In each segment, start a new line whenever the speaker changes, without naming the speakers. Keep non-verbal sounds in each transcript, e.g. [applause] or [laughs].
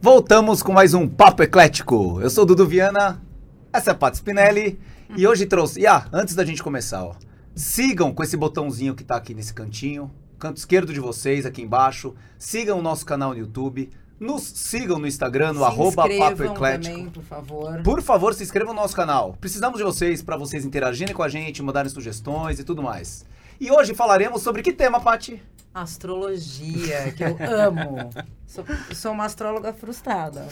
Voltamos com mais um Papo Eclético. Eu sou o Dudu Viana, essa é a Pato Spinelli e hoje trouxe. E ah, antes da gente começar, ó, sigam com esse botãozinho que tá aqui nesse cantinho, canto esquerdo de vocês, aqui embaixo. Sigam o nosso canal no YouTube. Nos sigam no Instagram, no
Se
arroba Papo
inscrevam
Eclético.
também, por favor.
Por favor, se inscrevam no nosso canal. Precisamos de vocês para vocês interagirem com a gente, mandarem sugestões e tudo mais. E hoje falaremos sobre que tema, Pati?
Astrologia, que eu
[laughs]
amo. sou, sou uma astróloga frustrada.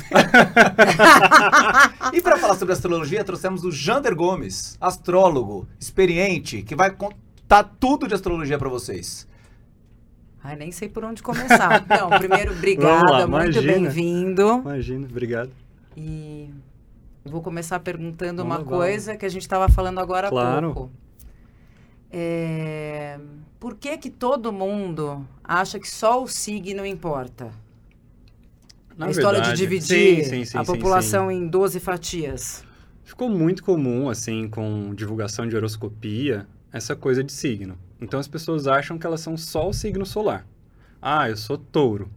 E para falar sobre astrologia, trouxemos o Jander Gomes, astrólogo experiente, que vai contar tudo de astrologia para vocês.
Ai, nem sei por onde
[laughs]
começar. Não, primeiro, obrigada,
Vamos lá,
muito
imagina.
bem-vindo.
Imagina, obrigado.
E eu vou começar perguntando uma
Vamos lá.
coisa que a gente estava falando agora há
Claro.
pouco. É, Por que que todo mundo acha que só o signo importa? a história de dividir
Sim, sim, sim,
a
sim,
população em 12 fatias.
sim. Ficou muito comum, assim, com divulgação de horoscopia, essa coisa de signo. Então as pessoas acham que elas são só o signo solar. Ah, eu sou touro.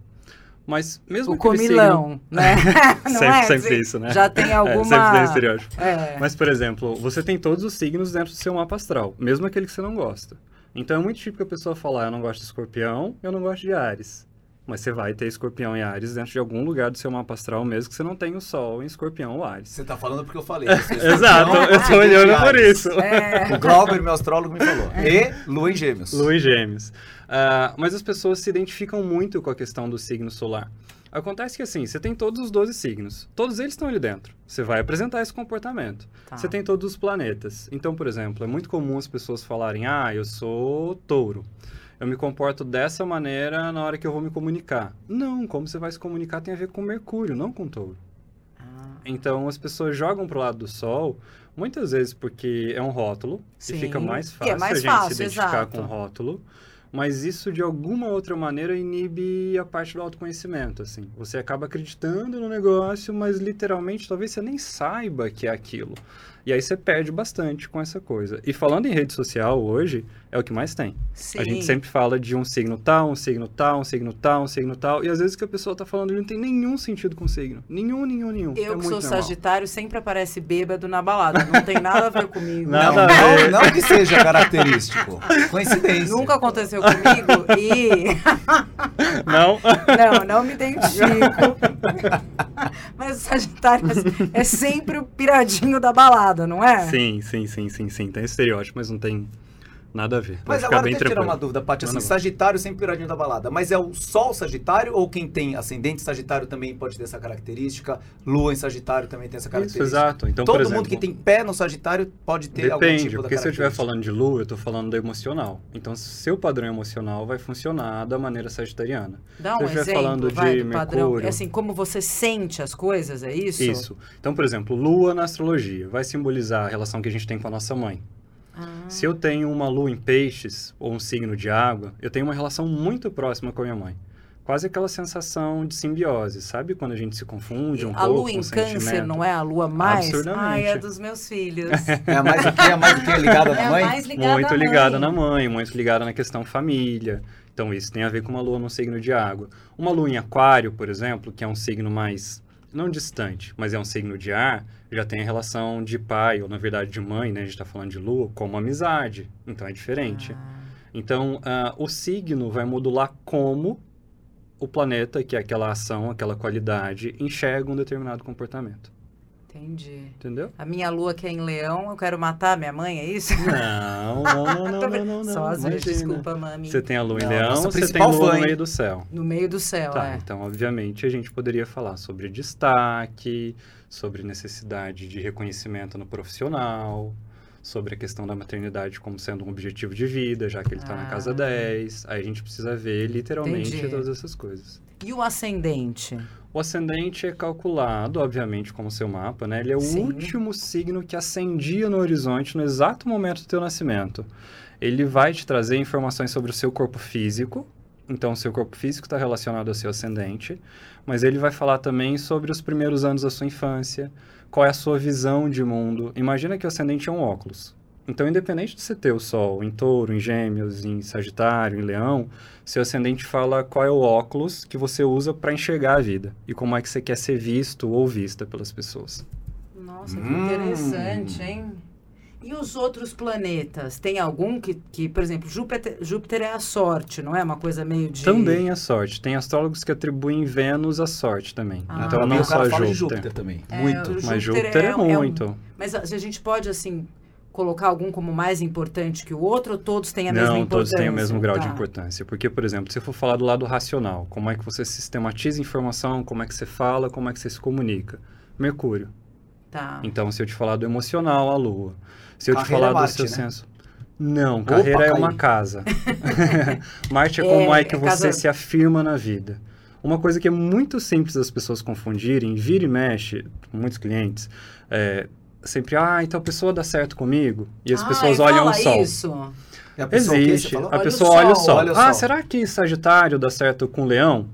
Mas mesmo
o
aquele
comilão,
[laughs]
né?
signo...
Não
um- sempre,
é?
sempre
Sim.
isso, né?
Já tem
É, sempre tem
alguma.
esse estereótipo.
É.
Mas, por exemplo, você tem todos os signos dentro do seu mapa astral, mesmo aquele que você não gosta. Então é muito típico a pessoa falar, eu não gosto de escorpião, eu não gosto de Ares. Mas você vai ter escorpião e Ares dentro de algum lugar do seu mapa astral, mesmo que você não tenha o Sol em escorpião ou Ares.
Você tá falando porque eu
[laughs]
falei.
Exato, eu tô olhando por isso. [laughs]
É.
O Glauber, meu astrólogo, me falou. E Lua em Gêmeos.
Lua e Gêmeos. Ah, mas as pessoas se identificam muito com a questão do signo solar. Acontece que assim, você tem todos os 12 signos, todos eles estão ali dentro. Você vai apresentar esse comportamento.
Tá.
Você tem todos os planetas. Então, por exemplo, é muito comum as pessoas falarem: ah, eu sou touro. Eu me comporto dessa maneira na hora que eu vou me comunicar. Não, como você vai se comunicar tem a ver com Mercúrio, não com touro.
Ah,
Então, as pessoas jogam pro lado do Sol, muitas vezes porque é um rótulo,
Sim.
e fica mais
E é
fácil
mais
a gente
fácil,
se identificar
exato.
com o rótulo. Mas isso, de alguma outra maneira, inibe a parte do autoconhecimento, assim. Você acaba acreditando no negócio, mas literalmente talvez você nem saiba que é aquilo. E aí você perde bastante com essa coisa. E falando em rede social hoje, é o que mais tem.
sim.
A gente sempre fala de um signo tal, um signo tal, um signo tal, um signo tal. E às vezes o que a pessoa tá falando ele não tem nenhum sentido com signo. Nenhum, nenhum, nenhum.
Eu
é
que
muito
sou
normal.
Sagitário sempre aparece bêbado na balada. Não tem nada a ver comigo.
Não,
Nada a
não,
ver.
não que seja característico. Coincidência.
Nunca aconteceu comigo e. [laughs]
Não.
Não, não me identifico. [laughs] Mas o Sagitário é sempre o piradinho da balada, não é?
sim, sim, sim, sim, sim. Tem estereótipo, mas não tem nada a ver. Pode
Mas
ficar
agora
bem
tem que tirar uma
tranquilo.
dúvida, Paty. Assim,
Manda lá.
sagitário sempre piradinho da balada. Mas é o Sol Sagitário ou quem tem ascendente Sagitário também pode ter essa característica? Lua em Sagitário também tem essa
Isso,
característica?
exato. Então, por
Todo
exemplo,
mundo que tem pé no Sagitário pode ter algum
Depende,
tipo da
porque se eu estiver
característica.
falando de lua, eu tô falando do emocional. Então, seu padrão emocional vai funcionar da maneira sagitariana.
Dá um
Se eu estiver
exemplo,
falando
vai,
de
do padrão.
Mercúrio.
É assim, como você sente as coisas, é isso?
Então, por exemplo, lua na astrologia vai simbolizar a relação que a gente tem com a nossa mãe.
Ah,
Se eu tenho uma lua em peixes ou um signo de água, eu tenho uma relação muito próxima com a minha mãe. Quase aquela sensação de simbiose, sabe? Quando a gente se confunde um
a
pouco
lua
com
em
um
câncer
sentimento.
não é a lua mais?
Absurdamente.
Ai, é dos meus
[laughs]
filhos.
É mais o que? É mais o que? Ligada
é
na
a
mãe?
mais ligada
Muito
à mãe.
ligada na mãe, muito ligada na questão família. Então, isso tem a ver com uma lua no signo de água. Uma lua em aquário, por exemplo, que é um signo mais, não distante, mas é um signo de ar, já tem a relação de pai, ou na verdade de mãe, né? A gente está falando de lua, como amizade. Então, é diferente.
Ah,
Então, ah, o signo vai modular como o planeta, que é aquela ação, aquela qualidade, enxerga um determinado comportamento.
entendi. [laughs]
Entendeu?
A minha lua que é em leão, eu quero matar minha mãe, é isso?
Não, não, não,
Tô
não,
brin-
[laughs] não, não, não.
Só às vezes,
imagina.
desculpa, mami.
Você tem a lua em
Não,
leão,
nossa
você tem
principal
lua
fã,
no
hein?
meio do céu.
No meio do céu,
Tá,
é.
então, obviamente, a gente poderia falar sobre destaque, sobre necessidade de reconhecimento no profissional, sobre a questão da maternidade como sendo um objetivo de vida, já que ele está na
Ah.
casa 10. Aí a gente precisa ver literalmente
Entendi.
todas essas coisas.
E o ascendente?
O ascendente é calculado, obviamente, como seu mapa, né? Ele é o
Sim.
último signo que ascendia no horizonte no exato momento do teu nascimento. Ele vai te trazer informações sobre o seu corpo físico. Então, o seu corpo físico está relacionado ao seu ascendente, mas ele vai falar também sobre os primeiros anos da sua infância, qual é a sua visão de mundo. Imagina que o ascendente é um óculos. Então, independente de você ter o Sol em Touro, em Gêmeos, em Sagitário, em Leão, seu ascendente fala qual é o óculos que você usa para enxergar a vida e como é que você quer ser visto ou vista pelas pessoas.
Nossa,
Hum.
que interessante, hein? E os outros planetas? Tem algum que, que por exemplo, Júpiter, Júpiter é a sorte, não é? Uma coisa meio de.
Também a sorte. Tem astrólogos que atribuem Vênus à sorte também.
Ah.
então,
Também
não
o cara
só
fala
Júpiter.
de Júpiter também.
É,
Muito.
o
Mas Júpiter é,
um- um-
muito.
Mas a a gente pode, assim, colocar algum como mais importante que o outro ou todos têm a mesma
Não,
importância?
todos têm o mesmo grau de
Tá.
importância. Porque, por exemplo, se eu for falar do lado racional, como é que você sistematiza informação, como é que você fala, como é que você se comunica. Mercúrio.
Tá.
Então, se eu te falar do emocional, a Lua. Se eu te
Carreira
falar
é
do
Marte,
seu
né?
senso. Não,
Opa,
carreira é
caí.
uma casa. Marte é como
É,
é, que
é
você
casa-
se afirma na vida. Uma coisa que é muito simples das pessoas confundirem, vira e mexe, muitos clientes, é, sempre, ah, então a pessoa dá certo comigo, e as
Ah,
pessoas
e
olham
fala
o sol.
isso.
E a pessoa o quê? Você
Existe.
falou?
A
o
pessoa
sol,
olha o sol.
olha o
ah,
sol.
será que Sagitário dá certo com Leão?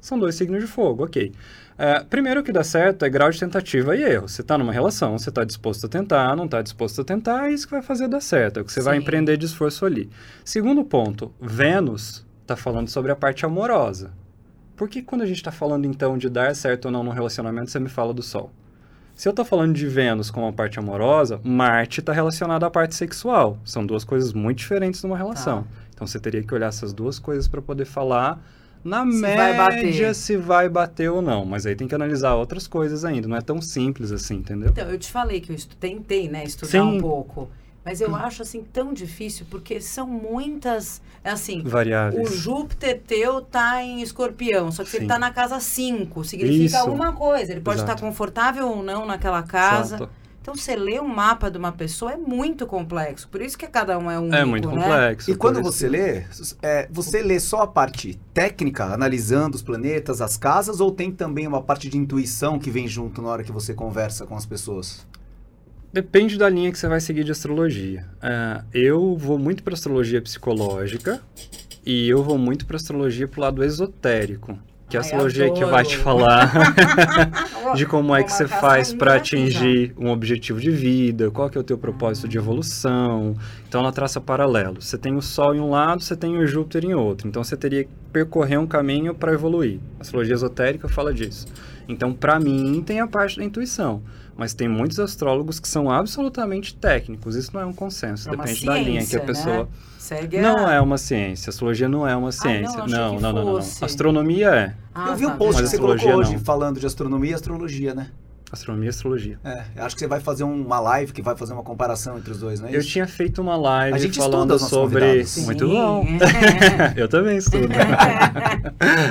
São dois signos de fogo, ok. É, primeiro que dá certo é grau de tentativa e erro. Você está numa relação, você está disposto a tentar, não está disposto a tentar, é isso que vai fazer dar certo. É o que você vai
Sim.
empreender de esforço ali. Segundo ponto, Vênus está falando sobre a parte amorosa. Por que quando a gente está falando então de dar certo ou não num relacionamento, você me fala do Sol? Se eu tô falando de Vênus como a parte amorosa, Marte está relacionada à parte sexual. São duas coisas muito diferentes numa
Tá.
relação. Então você teria que olhar essas duas coisas para poder falar na
Se vai
média
bater.
se vai bater ou não. Mas aí tem que analisar outras coisas ainda. Não é tão simples assim, entendeu?
Então, eu te falei que eu estu- tentei, né, estudar
Sim.
um pouco. Mas eu acho, assim, tão difícil, porque são muitas, assim... O
Variáveis.
Júpiter teu tá em escorpião, só que se ele
Sim.
tá na casa 5, significa
Isso.
alguma coisa. Ele pode estar
Exato.
confortável ou não naquela casa.
Exato.
Então, você lê um mapa de uma pessoa é muito complexo. Por isso que cada um é um.
É muito complexo.
E quando
por isso-
você lê, é, você lê só a parte técnica, analisando os planetas, as casas, ou tem também uma parte de intuição que vem junto na hora que você conversa com as pessoas?
Depende da linha que você vai seguir de astrologia. Ah, eu vou muito para astrologia psicológica e eu vou muito para astrologia pro lado esotérico, que é a
Ai,
astrologia que
adoro.
vai
[laughs]
te falar
Ah,
de como é
Vou
que você
marcar
faz
essa
para
linha aqui já.
atingir um objetivo de vida, qual que é o teu propósito de evolução. Então ela traça paralelos. Você tem o Sol em um lado, você tem o Júpiter em outro. Então você teria que percorrer um caminho para evoluir. A astrologia esotérica fala disso. Então, para mim, tem a parte da intuição. Mas tem muitos astrólogos que são absolutamente técnicos. Isso não é um consenso.
É uma
Depende da linha que
ciência,
a
né?
pessoa.
Segue
Não
a...
é uma ciência. Astrologia não é uma ciência.
achei
não,
que
não, não, não,
fosse.
não. Astronomia é.
Ah,
eu vi
tá,
um post
Mas
que você
astrologia
colocou hoje
não.
falando de astronomia e astrologia, né?
Astronomia e astrologia.
É, eu acho que você vai fazer uma live que vai fazer uma comparação entre os dois, não é
Eu
isso?
tinha feito uma live
A gente estuda
falando
os nossos
sobre.
convidados.
Sim.
Muito bom. [laughs] Eu
[laughs]
também estudo.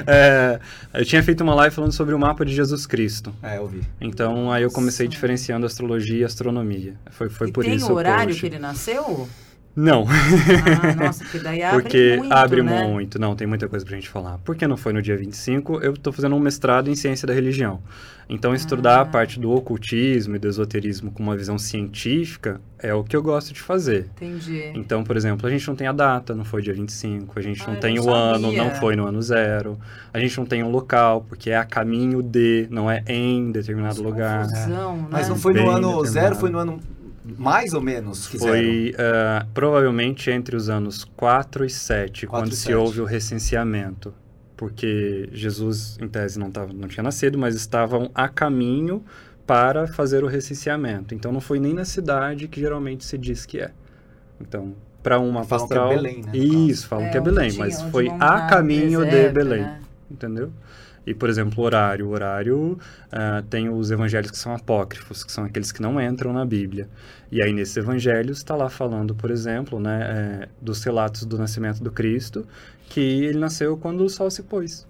É, eu tinha feito uma live falando sobre o mapa de Jesus Cristo.
É, eu vi.
Então aí eu comecei
Nossa.
diferenciando astrologia e astronomia. Foi, foi
e
por
tem
isso.
o horário
post.
que ele nasceu?
Não,
Ah, nossa, porque daí abre
porque
muito,
abre
né?
muito. Não, tem muita coisa pra gente falar. Por que não foi no dia 25? Eu tô fazendo um mestrado em ciência da religião. Então estudar
Ah.
a parte do ocultismo e do esoterismo com uma visão científica é o que eu gosto de fazer.
Entendi.
Então, por exemplo, a gente não tem a data, não foi dia 25, a gente não
Ah, eu
tem
não
o ano,
sabia.
não foi no ano zero, a gente não tem o local, porque é a caminho de, não é em determinado lugar. É.
Confusão, né?
Mas não foi no
Bem
ano zero,
determinado.
foi no ano mais ou menos que zero.
Foi ah, provavelmente entre os anos 4 e 7,
Quatro
quando
e
se
sete.
houve o recenseamento. Porque Jesus, em tese, não, tava, não tinha nascido, mas estavam a caminho para fazer o recenseamento. Então não foi nem na cidade que geralmente se diz que é. Então, para uma
Falam que é
pastoral.
Belém, né, no caso.
Isso, falam que é
onde
Belém,
tinha,
mas
onde
foi
vão
a
dar
caminho de
deserto,
Belém
né?
entendeu? E, por exemplo, horário. Horário ah, tem os evangelhos que são apócrifos, que são aqueles que não entram na Bíblia. E aí, nesses evangelhos, está lá falando, por exemplo, né, eh, dos relatos do nascimento do Cristo, que ele nasceu quando o sol se pôs.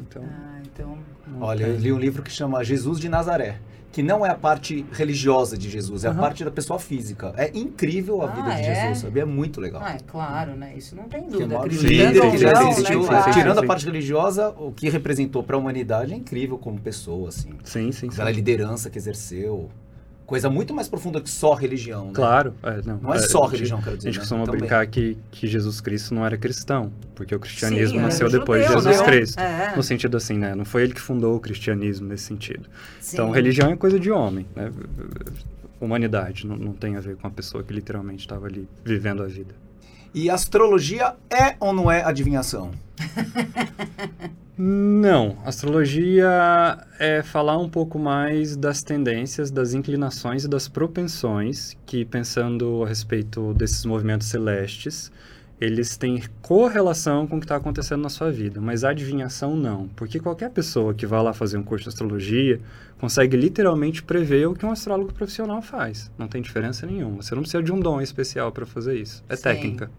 Então,
Ah, então...
não
Olha,
tem-
eu li um livro que chama Jesus de Nazaré, que não é a parte religiosa de Jesus, é a
Aham.
parte da pessoa física. É incrível a
Ah,
vida de
é?
Jesus, sabe? É muito legal.
Ah, é claro, né? Isso não tem
Que é o
dúvida.
maior
acreditando
líder
ou
que
não,
já
né,
existiu.
cara?
é, Tirando
Sim,
a
sim.
parte religiosa, o que representou para a humanidade é incrível como pessoa, assim.
Sim, sim, sim.
Pela liderança que exerceu. Coisa muito mais profunda que só religião, né?
Claro. é, não,
Não é
é,
só
a gente-
religião, quero dizer.
A gente
né?
costuma
Também.
brincar que, que Jesus Cristo não era cristão, porque o cristianismo
Sim,
nasceu
era
depois de
é judeu,
Jesus
né?
Cristo.
É,
No sentido assim, né? Não foi ele que fundou o cristianismo nesse sentido.
sim.
Então, religião é coisa de homem, né? humanidade, não, não tem a ver com a pessoa que literalmente estava ali vivendo a vida.
E astrologia é ou não é adivinhação?
Não, astrologia é falar um pouco mais das tendências, das inclinações e das propensões que, pensando a respeito desses movimentos celestes, eles têm correlação com o que está acontecendo na sua vida, mas adivinhação não, porque qualquer pessoa que vá lá fazer um curso de astrologia consegue literalmente prever o que um astrólogo profissional faz. Não tem diferença nenhuma. Você não precisa de um dom especial para fazer isso. É
Sim.
técnica.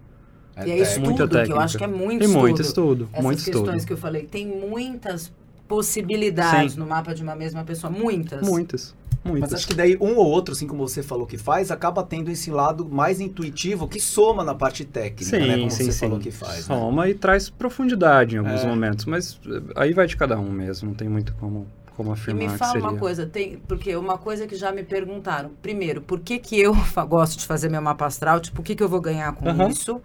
É
E é
técnica.
estudo,
Muita
que eu
técnica.
acho que é muito
Tem
estudo.
muito estudo,
Essas
muito
questões
estudo.
que eu falei, tem muitas possibilidades
Sim.
no mapa de uma mesma pessoa, muitas.
Muitas. Muitas.
Mas acho que daí um ou outro, assim como você falou que faz, acaba tendo esse lado mais intuitivo que soma na parte técnica, né? Como você falou que faz. né?
Soma e traz profundidade em alguns
É.
momentos, mas eh, aí vai de cada um mesmo, não tem muito como, como
E
afirmar
me
que
fala
seria.
uma coisa, tem, porque uma coisa que já me perguntaram. Primeiro, por que que eu fa- gosto de fazer meu mapa astral? Tipo, o que que eu vou ganhar com
Aham.
isso?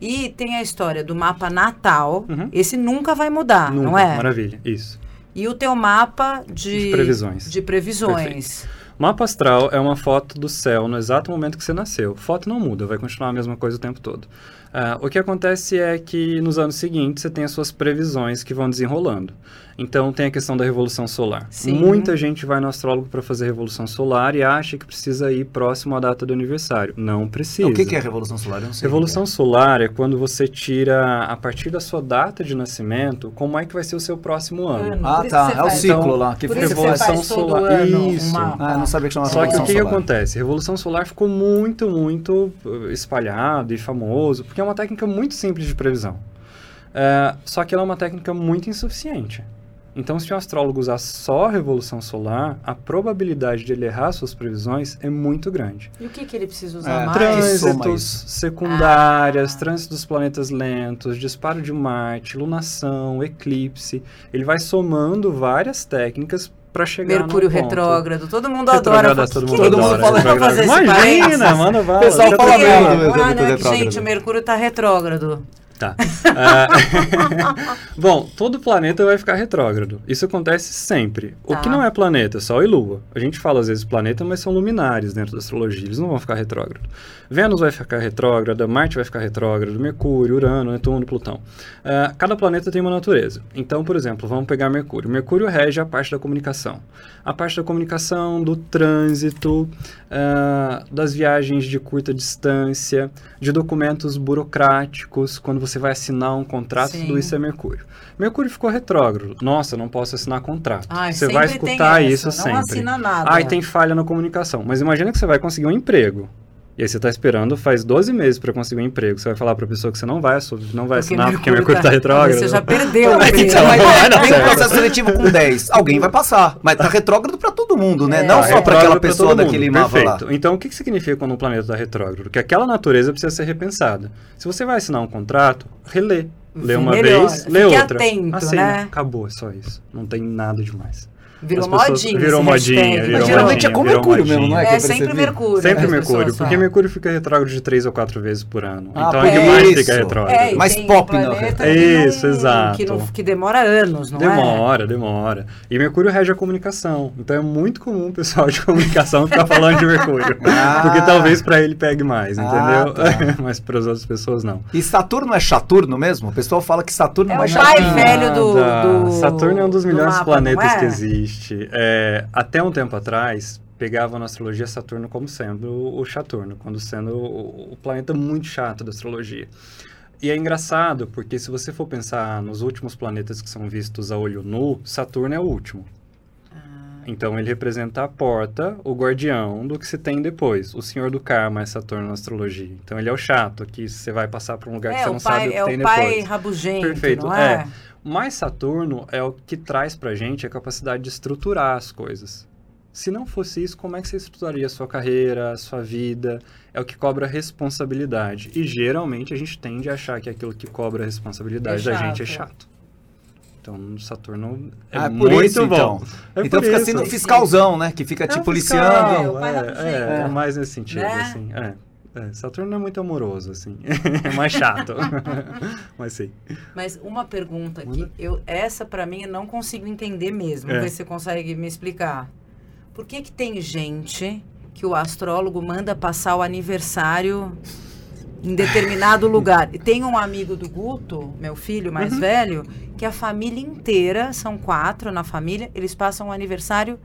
E tem a história do mapa natal.
Uhum.
Esse nunca vai mudar,
Nunca,
não é?
Maravilha, isso.
E o teu mapa de,
De previsões.
de previsões.
Mapa astral é uma foto do céu no exato momento que você nasceu. Foto não muda, vai continuar a mesma coisa o tempo todo. Ah, o que acontece é que nos anos seguintes você tem as suas previsões que vão desenrolando. Então tem a questão da revolução solar.
Sim.
Muita gente vai no astrólogo para fazer revolução solar e acha que precisa ir próximo à data do aniversário. Não precisa.
O que, que é Revolução Solar? Eu não sei.
Revolução solar é quando você tira, a partir da sua data de nascimento, como é que vai ser o seu próximo ano.
Ano.
Ah,
Por isso
tá.
que você
É o
faz-
ciclo lá. Que
Por isso que você
revolução-
faz todo
solar.
ano um
Isso.
mapa.
Ah, eu não sabia que chamava
Só que o
Revolução
que, que
Solar.
acontece? Revolução solar ficou muito, muito uh, espalhado e famoso, porque é uma técnica muito simples de previsão. É, só que ela é uma técnica muito insuficiente. Então, se um astrólogo usar só a revolução solar, a probabilidade de ele errar suas previsões é muito grande.
E o que que ele precisa usar
Ah,
É,
mais?
trans- soma
Trânsitos
isso.
secundárias,
Ah.
trânsito dos planetas lentos, disparo de Marte, lunação, eclipse. Ele vai somando várias técnicas para chegar num
Mercúrio
ponto.
retrógrado, todo mundo adora.
Retrograda,
fala,
todo
"Que
mundo
que
todo mundo
adora.
eu vou
retrograda.
fazer esse parênteses?"
Imagina, manda bala.
Pessoal,
já tá
fala
Porque,
merda
tranquilo.
mesmo,
ah,
Mercúrio
não,
retrógrado.
Gente, o Mercúrio tá retrógrado.
Tá. Ah, [laughs] Bom, todo planeta vai ficar retrógrado. Isso acontece sempre. O
Tá.
que não é planeta, Sol e Lua. A gente fala às vezes planeta, mas são luminares dentro da astrologia. Eles não vão ficar retrógrado. Vênus vai ficar retrógrada, Marte vai ficar retrógrado, Mercúrio, Urano, Netuno, Plutão. Ah, cada planeta tem uma natureza. Então, por exemplo, vamos pegar Mercúrio. Mercúrio rege a parte da comunicação. A parte da comunicação, do trânsito, ah, das viagens de curta distância, de documentos burocráticos, quando você vai assinar um contrato,
Sim.
tudo isso é Mercúrio. Mercúrio ficou retrógrado. Nossa, não posso assinar contrato.
Ai,
você vai
sempre tem
escutar
essa,
isso
não
sempre.
assina nada.
Ai, tem falha na comunicação. Mas imagina que você vai conseguir um emprego. E aí você está esperando faz 12 meses para conseguir um emprego. Você vai falar para a pessoa que você não vai, assu- não vai assinar porque Mercúrio está retrógrado.
tá- Você já perdeu. o
Mas
prêmio.
então,
Não vai dar
tem um
certo.
processo seletivo com 10. Alguém vai passar. Mas tá retrógrado pra todo mundo, né?
É.
Não
Tá
só pra
retrógrado
aquela
pra
pessoa
todo mundo,
daquele mapa lá.
Perfeito. Então, o que, que significa quando um planeta está retrógrado? Que aquela natureza precisa ser repensada. Se você vai assinar um contrato, relê. Lê uma
Melhor.
vez, lê
Fique
outra.
atento,
Assina.
né?
Acabou, é só isso. Não tem nada demais.
Virou
As pessoas-
modinha.
virou
esse hashtag,
modinha,
Mas
virou
virou
geralmente é
modinha,
com
virou
Mercúrio mesmo,
modinha.
não é? que
É
eu
sempre
percebi?
Mercúrio. né,
Sempre
que as
Mercúrio,
pessoas
porque
falam.
Mercúrio fica retrógrado de três ou quatro vezes por ano.
Ah,
então
por
é demais
isso.
fica retrógrado.
É, e
Mas
tem
pop, não,
planeta
é.
que não-
Isso, exato.
Que, não- que demora anos, não é?
demora, demora. E Mercúrio rege a comunicação. Então é muito comum o pessoal de comunicação ficar falando de Mercúrio.
[laughs] Ah.
Porque talvez pra ele pegue mais,
Ah,
entendeu?
tá.
[laughs] Mas para as outras pessoas não.
E Saturno é Chaturno mesmo? O pessoal fala que Saturno
É
é mais
o pai
Chaturno.
velho do-
Nada.
do-
Saturno é um dos
do
melhores
mapa,
planetas
não é?
que existe. É, até um tempo atrás, pegavam na astrologia Saturno como sendo o o Chaturno, quando sendo o, o planeta muito chato da astrologia. E é engraçado, porque se você for pensar nos últimos planetas que são vistos a olho nu, Saturno é o último.
Ah.
Então ele representa a porta, o guardião do que se tem depois. O senhor do karma é Saturno na astrologia. Então ele é o chato, que você vai passar para um lugar que
É,
você
o
não sabe o
pai,
que
é
tem
o
depois.
pai rabugento,
Perfeito,
não é?
Mas Saturno é o que traz pra gente a capacidade de estruturar as coisas. Se não fosse isso, como é que você estruturaria a sua carreira, a sua vida? É o que cobra responsabilidade. E geralmente a gente tende a achar que aquilo que cobra responsabilidade
É
da gente é
chato.
chato. Então, Saturno é
Ah, é por
muito
isso,
bom.
então.
É
então
por
fica
isso.
sendo um fiscalzão, né? Que fica
É
te
um
policiando.
É, o
fiscal,
pai rabugento.
é, é, é mais nesse sentido,
Né?
assim. É. É, Saturno é muito amoroso, assim. [laughs] É mais chato. [laughs] Mas sim.
Mas uma pergunta que
Manda.
eu essa pra mim eu não consigo entender mesmo.
É.
Vê se você consegue me explicar. Por que que tem gente que o astrólogo manda passar o aniversário em
[laughs]
determinado lugar. E tem um amigo do Guto, meu filho mais
Uhum.
velho, que a família inteira, são quatro na família, eles passam o aniversário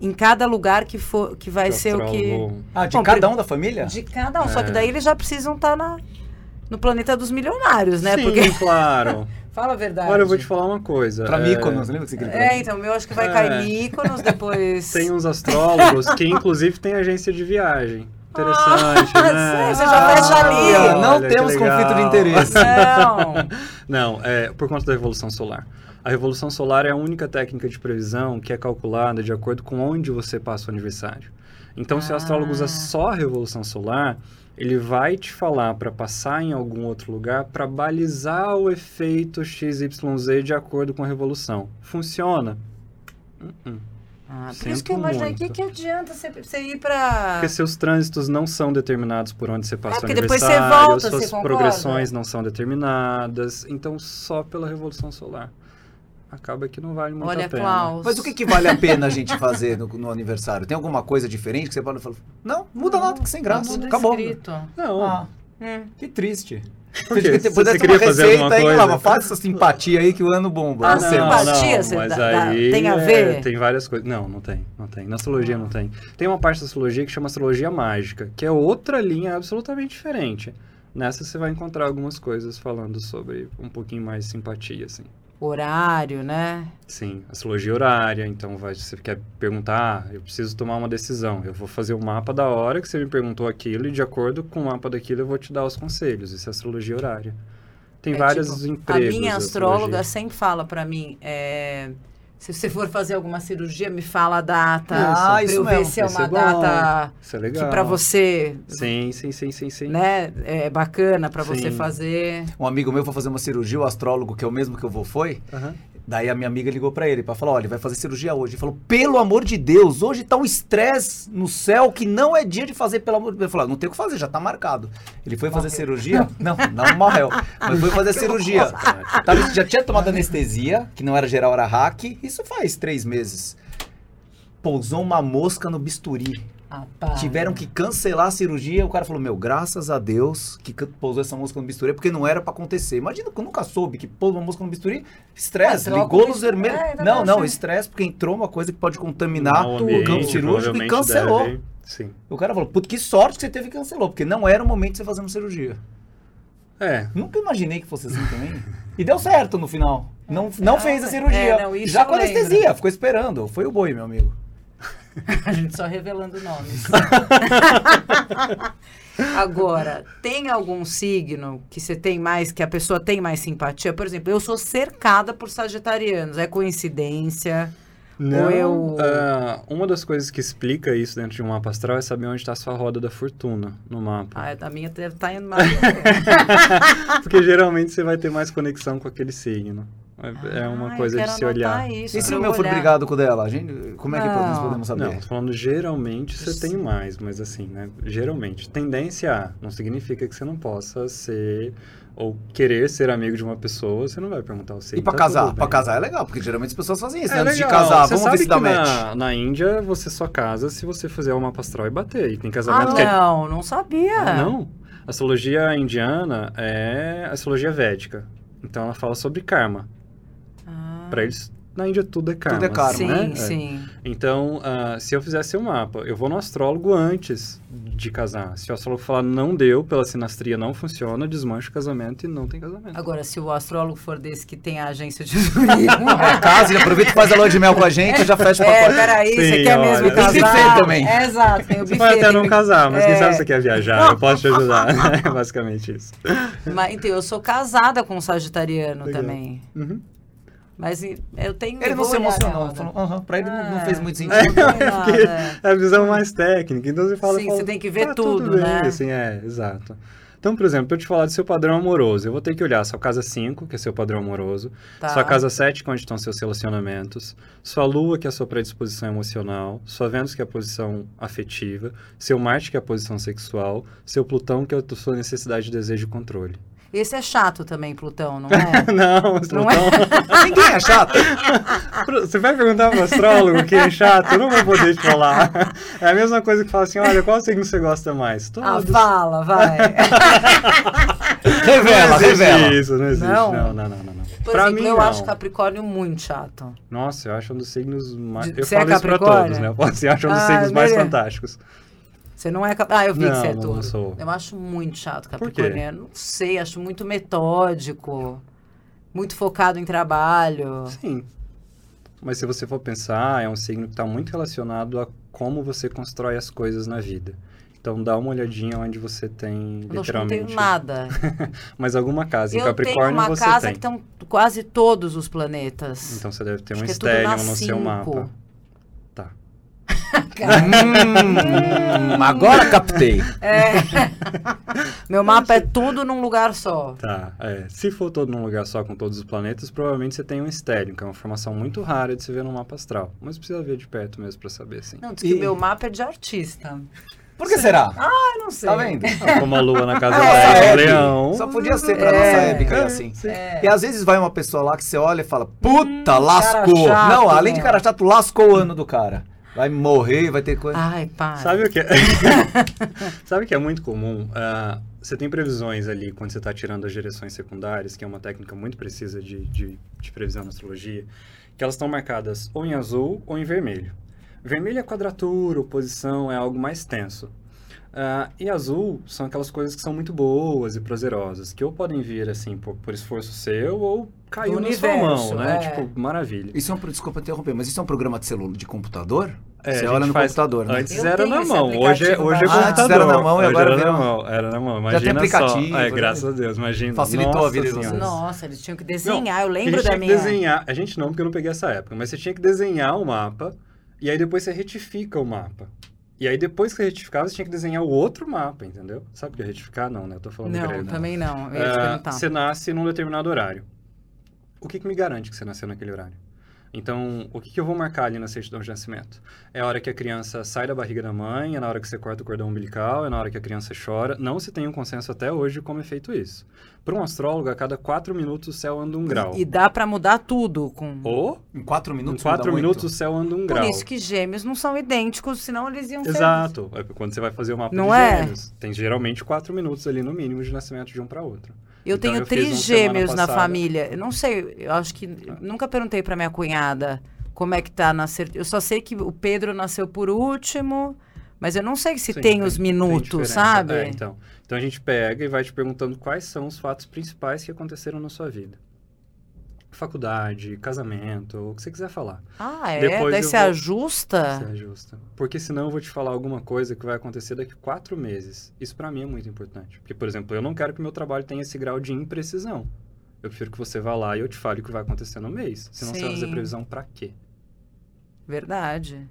em cada lugar que for que vai ser o que
Astrólogo.
Ah, de
Bom,
cada
pri-
um da família?
de cada um, só
É.
que daí eles já precisam estar na no planeta dos milionários, né?
Sim,
Porque [laughs]
[laughs] claro.
fala a verdade.
Agora eu vou te falar uma coisa.
Pra né?
é,
Mykonos, lembra que você queria
É, então, eu acho que vai
É.
cair Míconos depois.
[laughs] Tem um- uns astrólogos que, inclusive, tem agência de viagem. Interessante, né?
Ah, sério, você já fecha ali.
Olha,
Não
que
temos
legal.
conflito de interesse.
Não.
[laughs] Não, é por conta da Revolução Solar. A Revolução Solar é a única técnica de previsão que é calculada de acordo com onde você passa o aniversário. Então, se o astrólogo
Ah.
usa só a Revolução Solar, ele vai te falar para passar em algum outro lugar para balizar o efeito XYZ de acordo com a Revolução. Funciona? Uh-uh.
Ah, por isso
Sinto
que eu imaginei, o que,
muito.
que adianta você, você ir pra...
Porque seus trânsitos não são determinados por onde você passa o
É, porque depois você
aniversário,
volta, você
suas
concorda?
progressões não são determinadas, então só pela Revolução Solar. Acaba que não vale muito
Olha,
a pena.
Klaus.
Mas o
é?
que, que vale a pena a gente fazer no, no aniversário? Tem alguma coisa diferente que você pode falar? Não, muda
Não,
nada, que sem
Não
graça.
muda
Acabou.
tá escrito.
Não,
Ah,
Hum.
que triste.
Por quê?
Podia-
Você-
podia ter uma
você queria fazer
receita
alguma
aí,
coisa?
Lava, faz essa simpatia aí que o ano bomba.
Ah,
Não
não,
sei,
sim,
mas-
simpatia,
não,
você
mas
dá- dá-
aí
tem a
é,
ver?
tem várias coisas. Não, não tem, não tem. Na astrologia não tem. Tem uma parte da astrologia que chama astrologia mágica, que é outra linha absolutamente diferente. Nessa você vai encontrar algumas coisas falando sobre um pouquinho mais simpatia, assim.
Horário, né?
Sim, astrologia horária, então vai, se você quer perguntar, ah, eu preciso tomar uma decisão, eu vou fazer o mapa da hora que você me perguntou aquilo e de acordo com o mapa daquilo eu vou te dar os conselhos, isso é astrologia horária. Tem
É
vários
tipo, A
empregos.
minha
da
astróloga
astrologia.
sempre fala pra mim, é, se você for fazer alguma cirurgia, me fala a data.
Ah,
pra
isso
eu ver
mesmo.
se é
É, Isso
uma
é bom.
data
Isso é legal.
que pra você,
Sim, sim, sim, sim, sim.
né, é bacana pra você
Sim.
fazer.
Um amigo meu foi fazer uma cirurgia, o astrólogo, que é o mesmo que eu vou, foi.
[laughs]
Aham.
Daí a minha amiga ligou pra ele pra falar: olha, ele vai fazer cirurgia hoje. Ele falou: pelo amor de Deus, hoje tá um estresse no céu que não é dia de fazer, pelo amor de Deus. Ele falou: não tem o que fazer, já tá marcado. Ele foi fazer cirurgia? Não, não morreu. Mas foi
[laughs]
fazer cirurgia.
Ah, tá
Tava, já tinha tomado anestesia, que não era geral, era hack. Isso faz três meses. Pousou uma mosca no bisturi.
Ah, pá.
Tiveram que cancelar a cirurgia. O cara falou: Meu, graças a Deus que can- pousou essa música no bisturi, porque não era pra acontecer. Imagina que eu nunca soube que pôs uma música no bisturi. Estresse,
Ah, troca
ligou
o
luz
bisturi.
vermelha.
É, tá
não, não,
bem.
estresse, porque entrou uma coisa que pode contaminar
Não,
o
ambiente,
campo Tá cirúrgico e
provavelmente
cancelou.
deve- Sim.
O cara falou: Putz, que sorte que você teve que cancelou, porque não era o momento de você fazer uma cirurgia.
É,
Nunca imaginei que fosse assim também. E deu certo no final. Não, não
Ah,
fez a
é.
cirurgia.
É, não, isso
Já
eu
com anestesia,
lembro.
ficou esperando. Foi o boi, meu amigo.
A gente só revelando nomes. [laughs] Agora, tem algum signo que você tem mais, que a pessoa tem mais simpatia? Por exemplo, eu sou cercada por sagitarianos. É coincidência?
Não,
Ou eu-
ah, uma das coisas que explica isso dentro de um mapa astral é saber onde está a sua roda da fortuna no mapa.
Ah, a minha deve estar indo
[laughs] Porque geralmente você vai ter mais conexão com aquele signo. É- É
Ah,
uma coisa de se olhar.
Isso,
E se
pra
o
eu
meu for
olhar.
brigado com o dela? A gente, como é que
Não.
nós podemos saber?
Não, tô falando geralmente você
Isso.
tem mais, mas assim, né? Geralmente. Tendência A não significa que você não possa ser ou querer ser amigo de uma pessoa, você não vai perguntar o signo.
E pra
tá
casar?
tudo
Pra
bem.
casar é legal, porque geralmente as pessoas fazem isso,
É
né? Antes de
legal,
casar,
você
vamos ver
sabe
se dá
que
match.
na, na Índia você só casa se você fizer o mapa astral e bater. E tem
Ah,
casamento que é
não, não sabia.
Ah, Não. A astrologia indiana é a astrologia védica. Então ela fala sobre karma.
Ah.
Pra eles, na Índia tudo é karma.
é karma,
Sim,
né? É.
sim.
Então, ah, se eu fizesse um mapa, eu vou no astrólogo antes de casar. Se o astrólogo falar não deu, pela sinastria não funciona, desmancha o casamento e não tem casamento.
Agora, se o astrólogo for desse que tem a agência de
[laughs]
turismo...
É casa, ele aproveita e faz a lua de mel com a gente e já fecha o
É,
pacote.
peraí, você
Sim,
quer
olha.
mesmo
Tem
casar?
buffet também.
É, exato, tem o
Você
buffet.
pode até
tem
não
o-
casar, mas quem
É.
sabe você quer viajar, eu posso te ajudar.
[laughs]
[laughs] É basicamente isso.
Mas, então, eu sou casada com um sagitariano
Legal.
também.
Uhum.
Mas e- eu tenho...
Ele
eu
não
vou
se
olhar
emocionou.
ela.
Ele falou, aham, pra ele não- não
Ah,
fez muito
não
[laughs]
né,
sentido.
tem
porque-
nada.
É a visão mais técnica, então você fala...
Sim,
fala,
você tem que ver
tá
tudo,
bem,
né?
Assim, é, exato. Então, por exemplo, pra eu te falar do seu padrão amoroso, eu vou ter que olhar sua casa 5, que é seu padrão amoroso,
Tá.
sua casa 7, que é onde estão seus relacionamentos, sua lua, que é a sua predisposição emocional, sua Vênus, que é a posição afetiva, seu Marte, que é a posição sexual, seu Plutão, que é a sua necessidade de desejo e controle. [laughs]
Esse é chato também, Plutão, não é?
Não, Plutão. [laughs]
Não é?
Ninguém é chato.
Você vai perguntar pro astrólogo que é chato? Eu não vou poder te falar. É a mesma coisa que fala assim: olha, qual signo você gosta mais?
Ah,
Todos.
fala,
[laughs]
vai.
Revela,
não existe
revela.
isso, não existe.
Não?
Não, não, não. não, não.
Por
pra
exemplo,
mim,
eu
não.
acho Capricórnio muito chato.
Nossa, eu acho um dos signos mais.
De-
Eu
você é
falo isso pra
Capricórnio?
todos, né? Eu falo assim, eu acho um dos
Ah,
signos mais
beleza.
fantásticos.
Você não é. cap- Ah, eu vi que
Não,
você é
não,
touro.
não sou.
Eu acho muito chato
quê?
Capricorniano. Não sei, acho muito metódico, muito focado em trabalho.
Sim. Mas se você for pensar, é um signo que está muito relacionado a como você constrói as coisas na vida. Então dá uma olhadinha onde você tem
Eu acho que não
literalmente.
tenho nada.
[laughs] Mas alguma casa. Em
eu tenho
Capricórnio
uma
você
casa
tem.
que tá estão quase todos os planetas.
Então você deve ter
Acho
um
que é tudo na
estélio no seu
cinco.
mapa.
Hum, agora captei.
É.
[laughs]
Meu mapa é tudo num lugar só.
Tá. é. Se for todo num lugar só com todos os planetas, provavelmente você tem um estélio, que é uma formação muito rara de se ver no mapa astral. Mas precisa ver de perto mesmo para saber, sim.
Não, diz que
E-
o meu mapa é de artista.
Por que será?
Eu não sei.
Tá vendo?
Ah, Como a lua na casa
Nossa
dela [laughs] é um
Hebe.
leão.
Só podia ser pra
É.
nossa época é. assim. E às vezes vai uma pessoa lá que você olha e fala, puta, lascou.
Hum, cara chato,
não, além
né?
de cara chato, lascou o ano do cara. Vai morrer, vai ter coisa.
Ai, pá.
Sabe
[laughs]
o que é? Sabe o que é muito comum? Ah, você tem previsões ali quando você está tirando as direções secundárias, que é uma técnica muito precisa de, de, de previsão na astrologia, que elas estão marcadas ou em azul ou em vermelho. Vermelho é quadratura, oposição, é algo mais tenso. Ah, e azul são aquelas coisas que são muito boas e prazerosas, que ou podem vir assim por, por esforço seu ou caiu
Do
na sua
universo,
mão, né?
é.
Tipo, maravilha.
Isso é um, pro- desculpa interromper, mas isso é um programa de celular, de computador?
É,
você
a
olha
gente
no
faz-
computador, né?
Antes
Eu
era
tenho
na
esse
mão, hoje é,
aplicativo
hoje é
baixo.
computador.
Ah, antes era na mão e
Hoje
agora
era
virou- um-
na mão. Era na mão,
Já tem
imagina
aplicativo,
só. É,
né?
graças a Deus, imagina.
Facilitou a
Nossa
vida de vocês.
Senhora.
Nossa, eles tinham que desenhar. eu
A gente
lembro
tinha
da
que
minha.
desenhar, a gente não, porque eu não peguei essa época, mas você tinha que desenhar o mapa e aí depois você retifica o mapa. E aí depois que você retificava, você tinha que desenhar o outro mapa, entendeu? Sabe o que é retificar? Não, né? Eu tô falando
Não,
grego.
também não. tá. Eu ia te
Ah,
perguntar.
Você nasce num determinado horário. O que, que me garante que você nasceu naquele horário? Então, o que, que eu vou marcar ali na certidão de nascimento? É a hora que a criança sai da barriga da mãe, é na hora que você corta o cordão umbilical, é na hora que a criança chora. Não se tem um consenso até hoje de como é feito isso. Para um astrólogo, a cada quatro minutos o céu anda um grau.
E dá pra mudar tudo com.
Ou,
Em quatro
em
minutos.
quatro
muda muito.
minutos [laughs] o céu anda um
Por
grau.
isso que gêmeos não são idênticos, senão eles iam ser-
Exato. É quando você vai fazer o mapa
Não
de
é?
gêmeos. Tem geralmente quatro minutos ali no mínimo de nascimento de um para outro.
Eu
Então,
tenho
eu fiz uma
trigêmeos
semana
na
passada. Ah.
família. Eu não sei, eu acho que. Nunca perguntei pra minha cunhada como é que tá na cer- Eu só sei que o Pedro nasceu por último, mas eu não sei se
Sim,
tem, os minutos,
diferença.
sabe?
É, então. então a gente pega e vai te perguntando quais são os fatos principais que aconteceram na sua vida. Faculdade, casamento, o que você quiser falar.
Ah, é?
Depois
Daí
eu
se
vou-
ajusta?
Se é justa. Porque senão eu vou te falar alguma coisa que vai acontecer daqui a quatro meses. Isso pra mim é muito importante. Porque, por exemplo, eu não quero que meu trabalho tenha esse grau de imprecisão. Eu prefiro que você vá lá e eu te fale o que vai acontecer no mês. Senão você vai fazer
Sim.
previsão pra quê?
Verdade.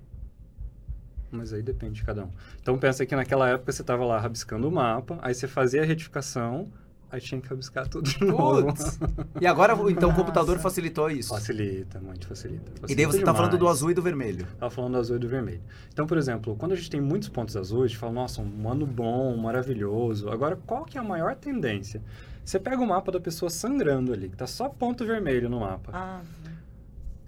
Mas aí depende de cada um. Então pensa que naquela época você tava lá rabiscando o mapa, aí você fazia a retificação, aí tinha que rabiscar tudo de novo.
Putz. E agora, então, o computador
Nossa.
facilitou isso.
Facilita, muito facilita.
E daí
Facilita
você tá falando do
demais.
azul e do vermelho.
Tava falando do azul e do vermelho. Então, por exemplo, quando a gente tem muitos pontos azuis, a gente fala, nossa, um ano bom, maravilhoso. Agora, qual que é a maior tendência? Você pega o mapa da pessoa sangrando ali, que tá só ponto vermelho no mapa.
Ah,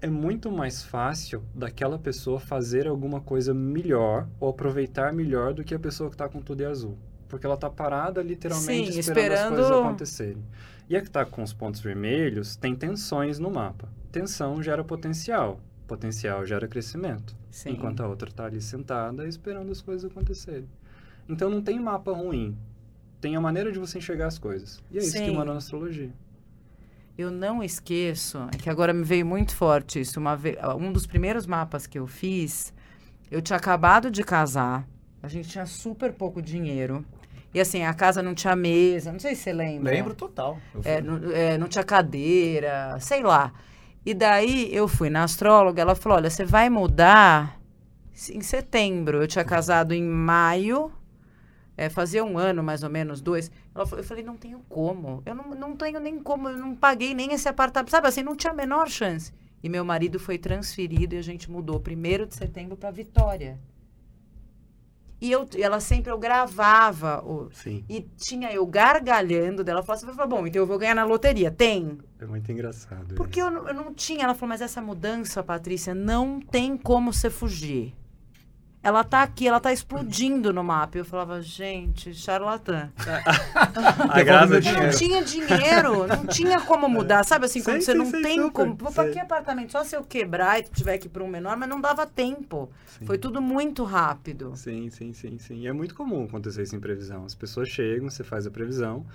É muito mais fácil daquela pessoa fazer alguma coisa melhor ou aproveitar melhor do que a pessoa que tá com tudo em azul. Porque ela tá parada literalmente
Sim,
esperando,
esperando-
as coisas acontecerem. E a que tá com os pontos vermelhos tem tensões no mapa. Tensão gera potencial. Potencial gera crescimento
sim.
enquanto a outra tá ali sentada esperando as coisas acontecerem. Então não tem mapa ruim. Tem a maneira de você enxergar as coisas. E é isso que
Sim.
manda na astrologia.
Eu não esqueço, é que agora me veio muito forte isso. Uma ve- Um dos primeiros mapas que eu fiz, eu tinha acabado de casar, a gente tinha super pouco dinheiro. E assim, a casa não tinha mesa, não sei se você lembra.
Lembro total. Eu fui-
É, não, é, não tinha cadeira, sei lá. E daí eu fui na astróloga, ela falou: olha, você vai mudar em setembro. Eu tinha casado em maio, é, fazia um ano mais ou menos, dois. Ela falou- eu falei: não tenho como. Eu não, não tenho nem como, eu não paguei nem esse apartamento. Sabe assim, não tinha a menor chance. E meu marido foi transferido e a gente mudou primeiro de setembro para Vitória. E eu, e ela sempre, eu gravava o...
Sim,
E tinha eu gargalhando dela. Eu falava assim, "Falava, bom, então eu vou ganhar na loteria. Tem.
é muito engraçado.
Porque eu, não- eu não tinha. Ela falou, mas essa mudança, Patrícia, não tem como você fugir. Ela tá aqui, ela tá explodindo no mapa. Eu falava, gente, charlatã.
a graça
meu
de...
dinheiro.
Não tinha dinheiro, não tinha como mudar. Sabe assim, quando
Sei,
você
sei,
não
sei,
tem
É. super, É.
como. Vou pra
sei.
que apartamento? Só se eu quebrar e tiver que ir pra um menor, mas não dava tempo.
Sim.
Foi tudo muito rápido. É,
Sim, sim, sim, sim. E é muito comum acontecer isso em previsão. As pessoas chegam, você faz a previsão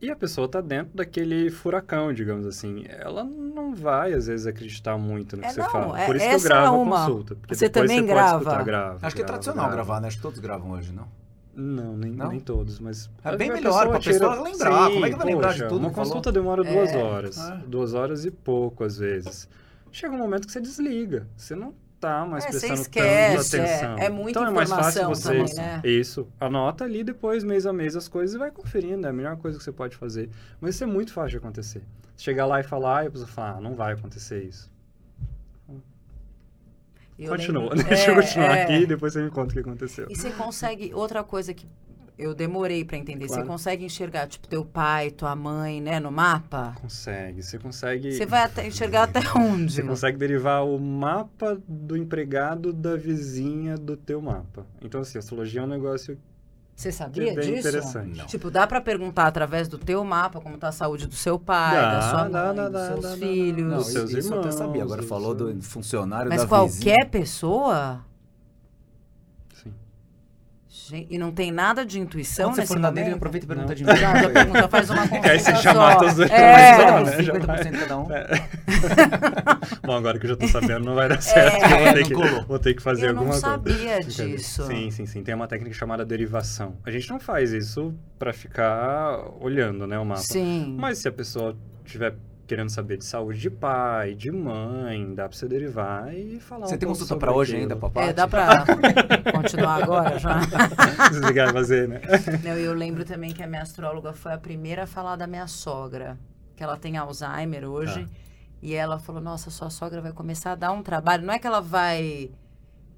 e a pessoa tá dentro daquele furacão, digamos assim. Ela não vai, às vezes, acreditar muito no que
É,
você
não,
fala.
é-
Por isso que eu
essa é
gravo
uma.
a consulta. Porque
Você
depois
também
você
grava?
Pode escutar, grava.
Acho que é
grava,
tradicional
grava.
gravar, né? Acho que todos gravam hoje, não?
Não, nem,
Não?
nem todos, mas.
É bem
a
melhor pra
tira-
pessoa lembrar.
Sim,
Como é que vai lembrar de
poxa,
tudo
Uma
que falou?
consulta demora duas
É,
horas.
é.
Duas horas e pouco, às vezes. Chega um momento que você desliga. Você não tá mais
É, você
prestando
esquece,
tanta atenção.
é- é muita
então é mais fácil
informação também,
você.
né?
Isso. Anota ali depois, mês a mês, as coisas e vai conferindo. É a melhor coisa que você pode fazer. Mas isso é muito fácil de acontecer. Chegar lá e falar, e a pessoa fala, ah, não vai acontecer isso.
Eu
Continua,
lembro-
[laughs] deixa eu
É,
continuar
é.
aqui e depois você me conta o que aconteceu.
E você consegue. Outra coisa que eu demorei pra entender. Você
Claro.
consegue enxergar, tipo, teu pai, tua mãe, né, no mapa?
Consegue, você consegue.
Você vai até enxergar até onde?
Você consegue derivar o mapa do empregado da vizinha do teu mapa. Então, assim, astrologia é um negócio
Você
que é
sabia
bem
disso?
interessante.
Não.
Tipo, dá pra perguntar através do teu mapa como tá a saúde do seu pai,
Dá,
da sua mãe,
dá, dá,
dos
dá,
seus
dá, dá, dá.
filhos.
Não,
isso,
seus
isso eu até
irmãos,
sabia. Agora
isso.
falou do funcionário
Mas
da
qualquer
vizinha.
pessoa?
Sim.
Gente, E não tem nada de intuição
Quando você
nesse
for na dele,
momento?
aproveita e pergunta
Não.
de mim.
Já, já pergunta, faz
[laughs]
uma consulta
Aí você
só.
já mata os dois
É.
também só,
Sabe,
né? Já
50% cada um.
Bom, agora que eu já tô sabendo, não
[laughs]
vai dar certo.
É,
eu vou, ter
não colou.
que, vou ter que fazer
Eu não
alguma coisa.
sabia
Entendeu?
disso.
Sim, sim, sim. Tem uma técnica chamada derivação. A gente não faz isso pra ficar olhando, né, o mapa.
Sim.
Mas se a pessoa tiver querendo saber de saúde de pai, de mãe, dá pra você derivar e falar
Você
um
tem
pouco
consulta
sobre
pra hoje
aquilo.
ainda, papai?
É, dá pra
[laughs]
continuar agora já.
Desligar e fazer, né?
[laughs]
Não, eu lembro também que a minha astróloga foi a primeira a falar da minha sogra, que ela tem Alzheimer
Tá.
hoje. E ela falou: Nossa, sua sogra vai começar a dar um trabalho. Não é que ela vai.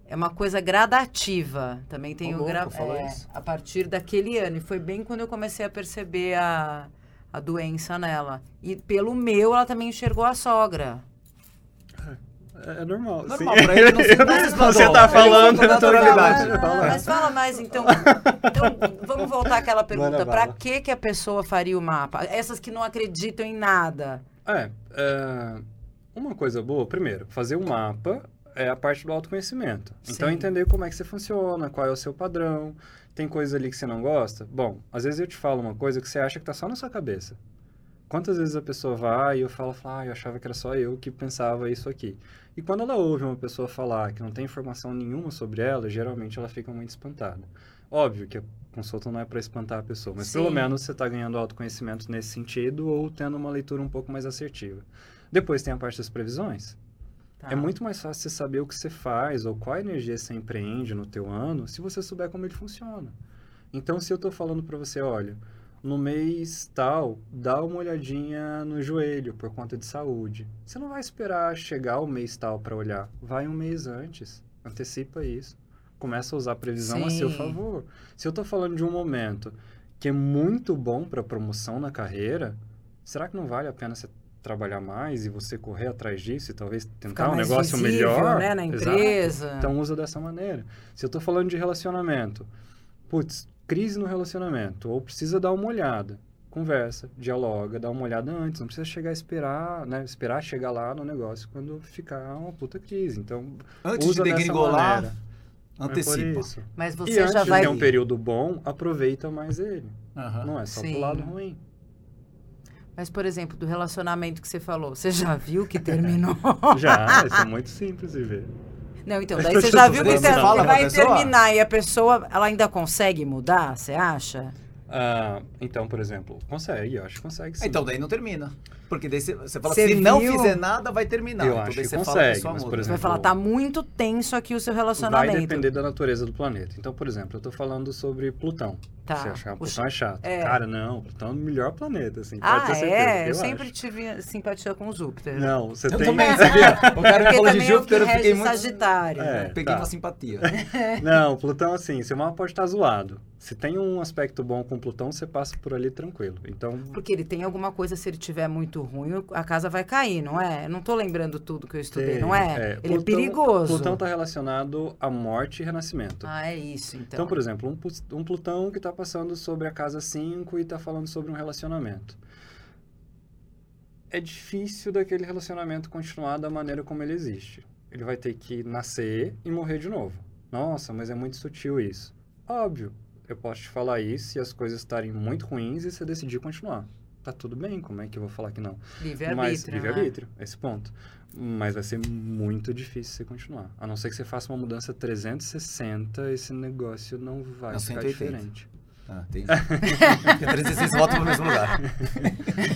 É uma coisa gradativa. Também tem
Ô,
o gra...
louco, falou
é,
isso?
a partir daquele ano. E foi bem quando eu comecei a perceber a, a doença nela. E pelo meu, ela também enxergou a sogra.
É normal.
Normal,
sim.
pra ele não se
[laughs] Eu
não se
você
escandou.
tá
Ele
falando
com naturalidade.
naturalidade.
Ah,
Fala.
mas fala mais,
[laughs]
então. Então, vamos voltar àquela pergunta.
Manda
Pra
bala.
que, que a pessoa faria o mapa? Essas que não acreditam em nada.
É, é, uma coisa boa, primeiro, fazer um mapa é a parte do autoconhecimento. Então,
Sim.
entender como é que você funciona, qual é o seu padrão, tem coisas ali que você não gosta. Bom, às vezes eu te falo uma coisa que você acha que tá só na sua cabeça. Quantas vezes a pessoa vai e eu falo, fala, ah, eu achava que era só eu que pensava isso aqui. E quando ela ouve uma pessoa falar que não tem informação nenhuma sobre ela, geralmente ela fica muito espantada. Óbvio que a consulta não é para espantar a pessoa, mas pelo
Sim.
menos você está ganhando autoconhecimento nesse sentido ou tendo uma leitura um pouco mais assertiva. Depois tem a parte das previsões.
Tá.
É muito mais fácil você saber o que você faz ou qual energia você empreende no teu ano se você souber como ele funciona. Então, se eu estou falando para você, olha, no mês tal, dá uma olhadinha no joelho por conta de saúde. Você não vai esperar chegar o mês tal para olhar. Vai um mês antes. Antecipa isso. Começa a usar a previsão a seu
Sim.
favor. Se eu estou falando de um momento que é muito bom para promoção na carreira, será que não vale a pena você trabalhar mais e você correr atrás disso e talvez
Ficar
tentar um
mais
negócio
visível,
melhor
né, na
Exato.
empresa.
Então usa dessa maneira. Se eu tô falando de relacionamento, putz, crise no relacionamento, ou precisa dar uma olhada. Conversa, dialoga, dá uma olhada antes, não precisa chegar a esperar, né? Esperar chegar lá no negócio quando ficar uma puta crise. Então,
Antes
usa
de
dessa
degringolar,
maneira. É por
antecipa.
isso.
Mas
e
você
antes
já vai.
de ter um período bom, aproveita mais ele.
Aham.
Não é só
Sim.
pro lado
[laughs]
ruim.
Mas, por exemplo, do relacionamento que você falou, você já viu
[laughs]
que terminou?
Já, isso é muito simples de ver.
Não, então, daí você já viu que
Você
ter-
fala
que
pra
vai
pessoa?
terminar e a pessoa, ela ainda consegue mudar, você acha?
Ah, então, por exemplo, consegue, eu acho que consegue sim.
Então daí não termina. Porque daí você- você fala,
Você
se não
viu?
fizer nada, vai terminar.
Eu
então
acho
daí
que
você fala
consegue,
que a pessoa
mas, por
muda.
Você vai
exemplo,
falar, tá muito tenso aqui o seu
Vai
relacionamento.
depender da natureza do planeta. Então, por exemplo, eu tô falando sobre Plutão.
Tá.
Você achar
Os-
Plutão é chato.
é.
Cara, não, Plutão é o melhor planeta, assim, pode
Ah,
ter certeza.
é? Eu,
eu
sempre
acho.
tive simpatia com Júpiter.
Não, você
Eu
tem...
também, sabia? O cara que
Porque
falou de
também é o que
Júpiter, eu
rege
fiquei
o
muito...
Sagitário.
É.
Peguei
tá.
uma simpatia.
Não, Plutão, assim, seu mapa pode estar zoado. Se tem um aspecto bom com Plutão, você passa por ali tranquilo. Então,
Porque ele tem alguma coisa, se ele tiver muito ruim, a casa vai cair, não é? Eu Não tô lembrando tudo que eu estudei,
tem-
não é? ele é
Plutão-
perigoso.
Plutão tá relacionado à morte e renascimento.
Ah, é isso, então.
Então, por exemplo, um, Plut- um Plutão que está passando sobre a casa 5 e está falando sobre um relacionamento. É difícil daquele relacionamento continuar da maneira como ele existe. Ele vai ter que nascer e morrer de novo. Nossa, mas é muito sutil isso. Óbvio, eu posso te falar isso e as coisas estarem muito ruins e você decidir continuar. Tá tudo bem, como é que eu vou falar que não? Mas
livre-arbítrio, né?
livre-arbítrio, esse ponto. Mas vai ser muito difícil você continuar. A não ser que você faça uma mudança 360, esse negócio não vai
Não,
ficar
180.
diferente.
Ah, tem. Porque 316 volta pro mesmo lugar.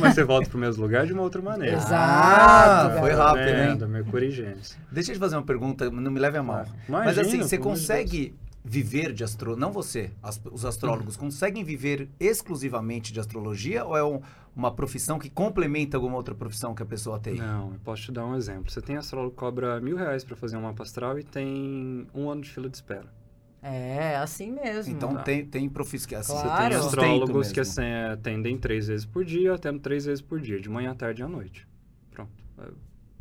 Mas você volta pro mesmo lugar de uma
[laughs]
outra maneira.
Exato,
Ah, foi
garoto.
rápido,
né?
hein?
Da Mercúrio e Gêmeos.
Deixa eu te fazer uma pergunta, não me leve a mal. Mas assim, você consegue viver de astro, não você, as- os astrólogos conseguem viver exclusivamente de astrologia ou é um- uma profissão que complementa alguma outra profissão que a pessoa tem?
Não, eu posso te dar um exemplo. Você tem astrólogo que cobra mil reais pra fazer um mapa astral e tem um ano de fila de espera.
É, assim mesmo.
Então
Tá.
tem tem profissões que assim,
Claro.
você tem
Tem
um sustento
Astrólogos que
mesmo.
assim, atendem três vezes por dia, atendem três vezes por dia, de manhã, à tarde e à noite. Pronto. É,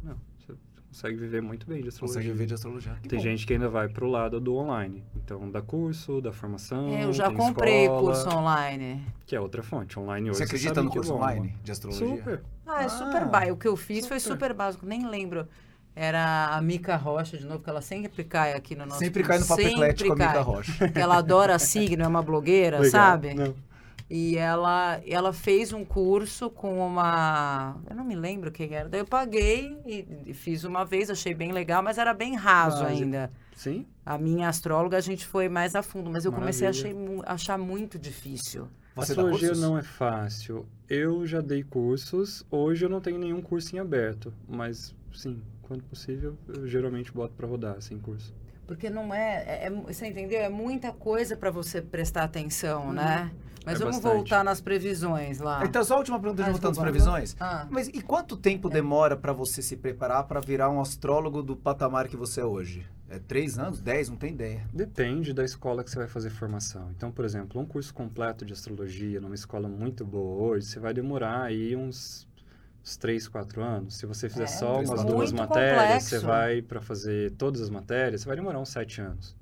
Não, você consegue viver muito bem de astrologia.
consegue viver de astrologia. Que
Tem
bom.
gente que ainda vai pro lado do online. Então, dá curso, dá formação.
É, eu já
hum, tem
comprei
escola,
curso online.
Que é outra fonte. Online hoje.
Você acredita
sabe
no
que
curso
bomba.
online de astrologia?
Super.
Ah, é
Ah,
super básico. O que eu fiz foi
super.
super básico, nem lembro. Era a Mica Rocha, de novo, que ela sempre cai aqui no nosso...
Sempre cai no papo
Sempre
eclético
cai.
Amiga Rocha.
Porque ela adora signo, é uma blogueira,
Legal.
sabe?
Não.
E ela, ela fez um curso com uma. Eu não me lembro quem era. Daí eu paguei e, e fiz uma vez, achei bem legal, mas era bem raso
Básico.
ainda.
Sim?
A minha astróloga, a gente foi mais a fundo, mas eu comecei a
Maravilha.
achei mu- achar muito difícil.
Você dá
astrologia
cursos?
não é fácil. Eu já dei cursos. Hoje eu não tenho nenhum curso em aberto. Mas, sim, quando possível, eu geralmente boto pra rodar sem curso.
Porque não é. é- é- você entendeu? É muita coisa para você prestar atenção, né? Mas
É
vamos
bastante.
voltar nas previsões lá.
Então só a última pergunta de
Ah,
voltando às
desculpa.
previsões.
Ah.
Mas e quanto tempo demora pra você se preparar pra virar um astrólogo do patamar que você é hoje? É três anos? Dez? Não tem ideia.
Depende da escola que você vai fazer formação. Então, por exemplo, um curso completo de astrologia numa escola muito boa hoje, você vai demorar aí uns, uns 3, 4 anos. Se você fizer
É,
só
três,
umas
quatro
duas
anos. Muito
matérias, você
complexo.
vai para fazer todas as matérias, você vai demorar uns 7 anos.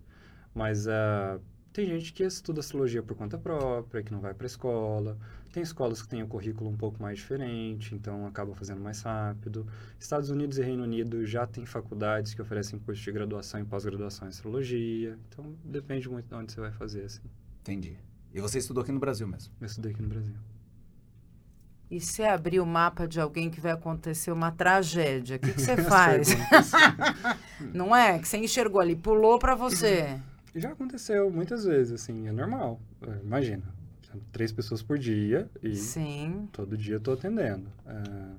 Mas ah, tem gente que estuda astrologia por conta própria, que não vai para escola. Tem escolas que têm o currículo um pouco mais diferente, então acaba fazendo mais rápido. Estados Unidos e Reino Unido já têm faculdades que oferecem curso de graduação e pós-graduação em astrologia. Então depende muito de onde você vai fazer, assim.
Entendi. E você estudou aqui no Brasil mesmo?
Eu estudei aqui no Brasil.
E se abrir o mapa de alguém que vai acontecer uma tragédia, o que que você
[laughs] As
faz?
perguntas.
[laughs] Não é? Que você enxergou ali, pulou pra você.
já aconteceu muitas vezes, assim, é normal. Eh, Imagina, três pessoas por dia e
Sim.
todo dia eu tô atendendo. Ah,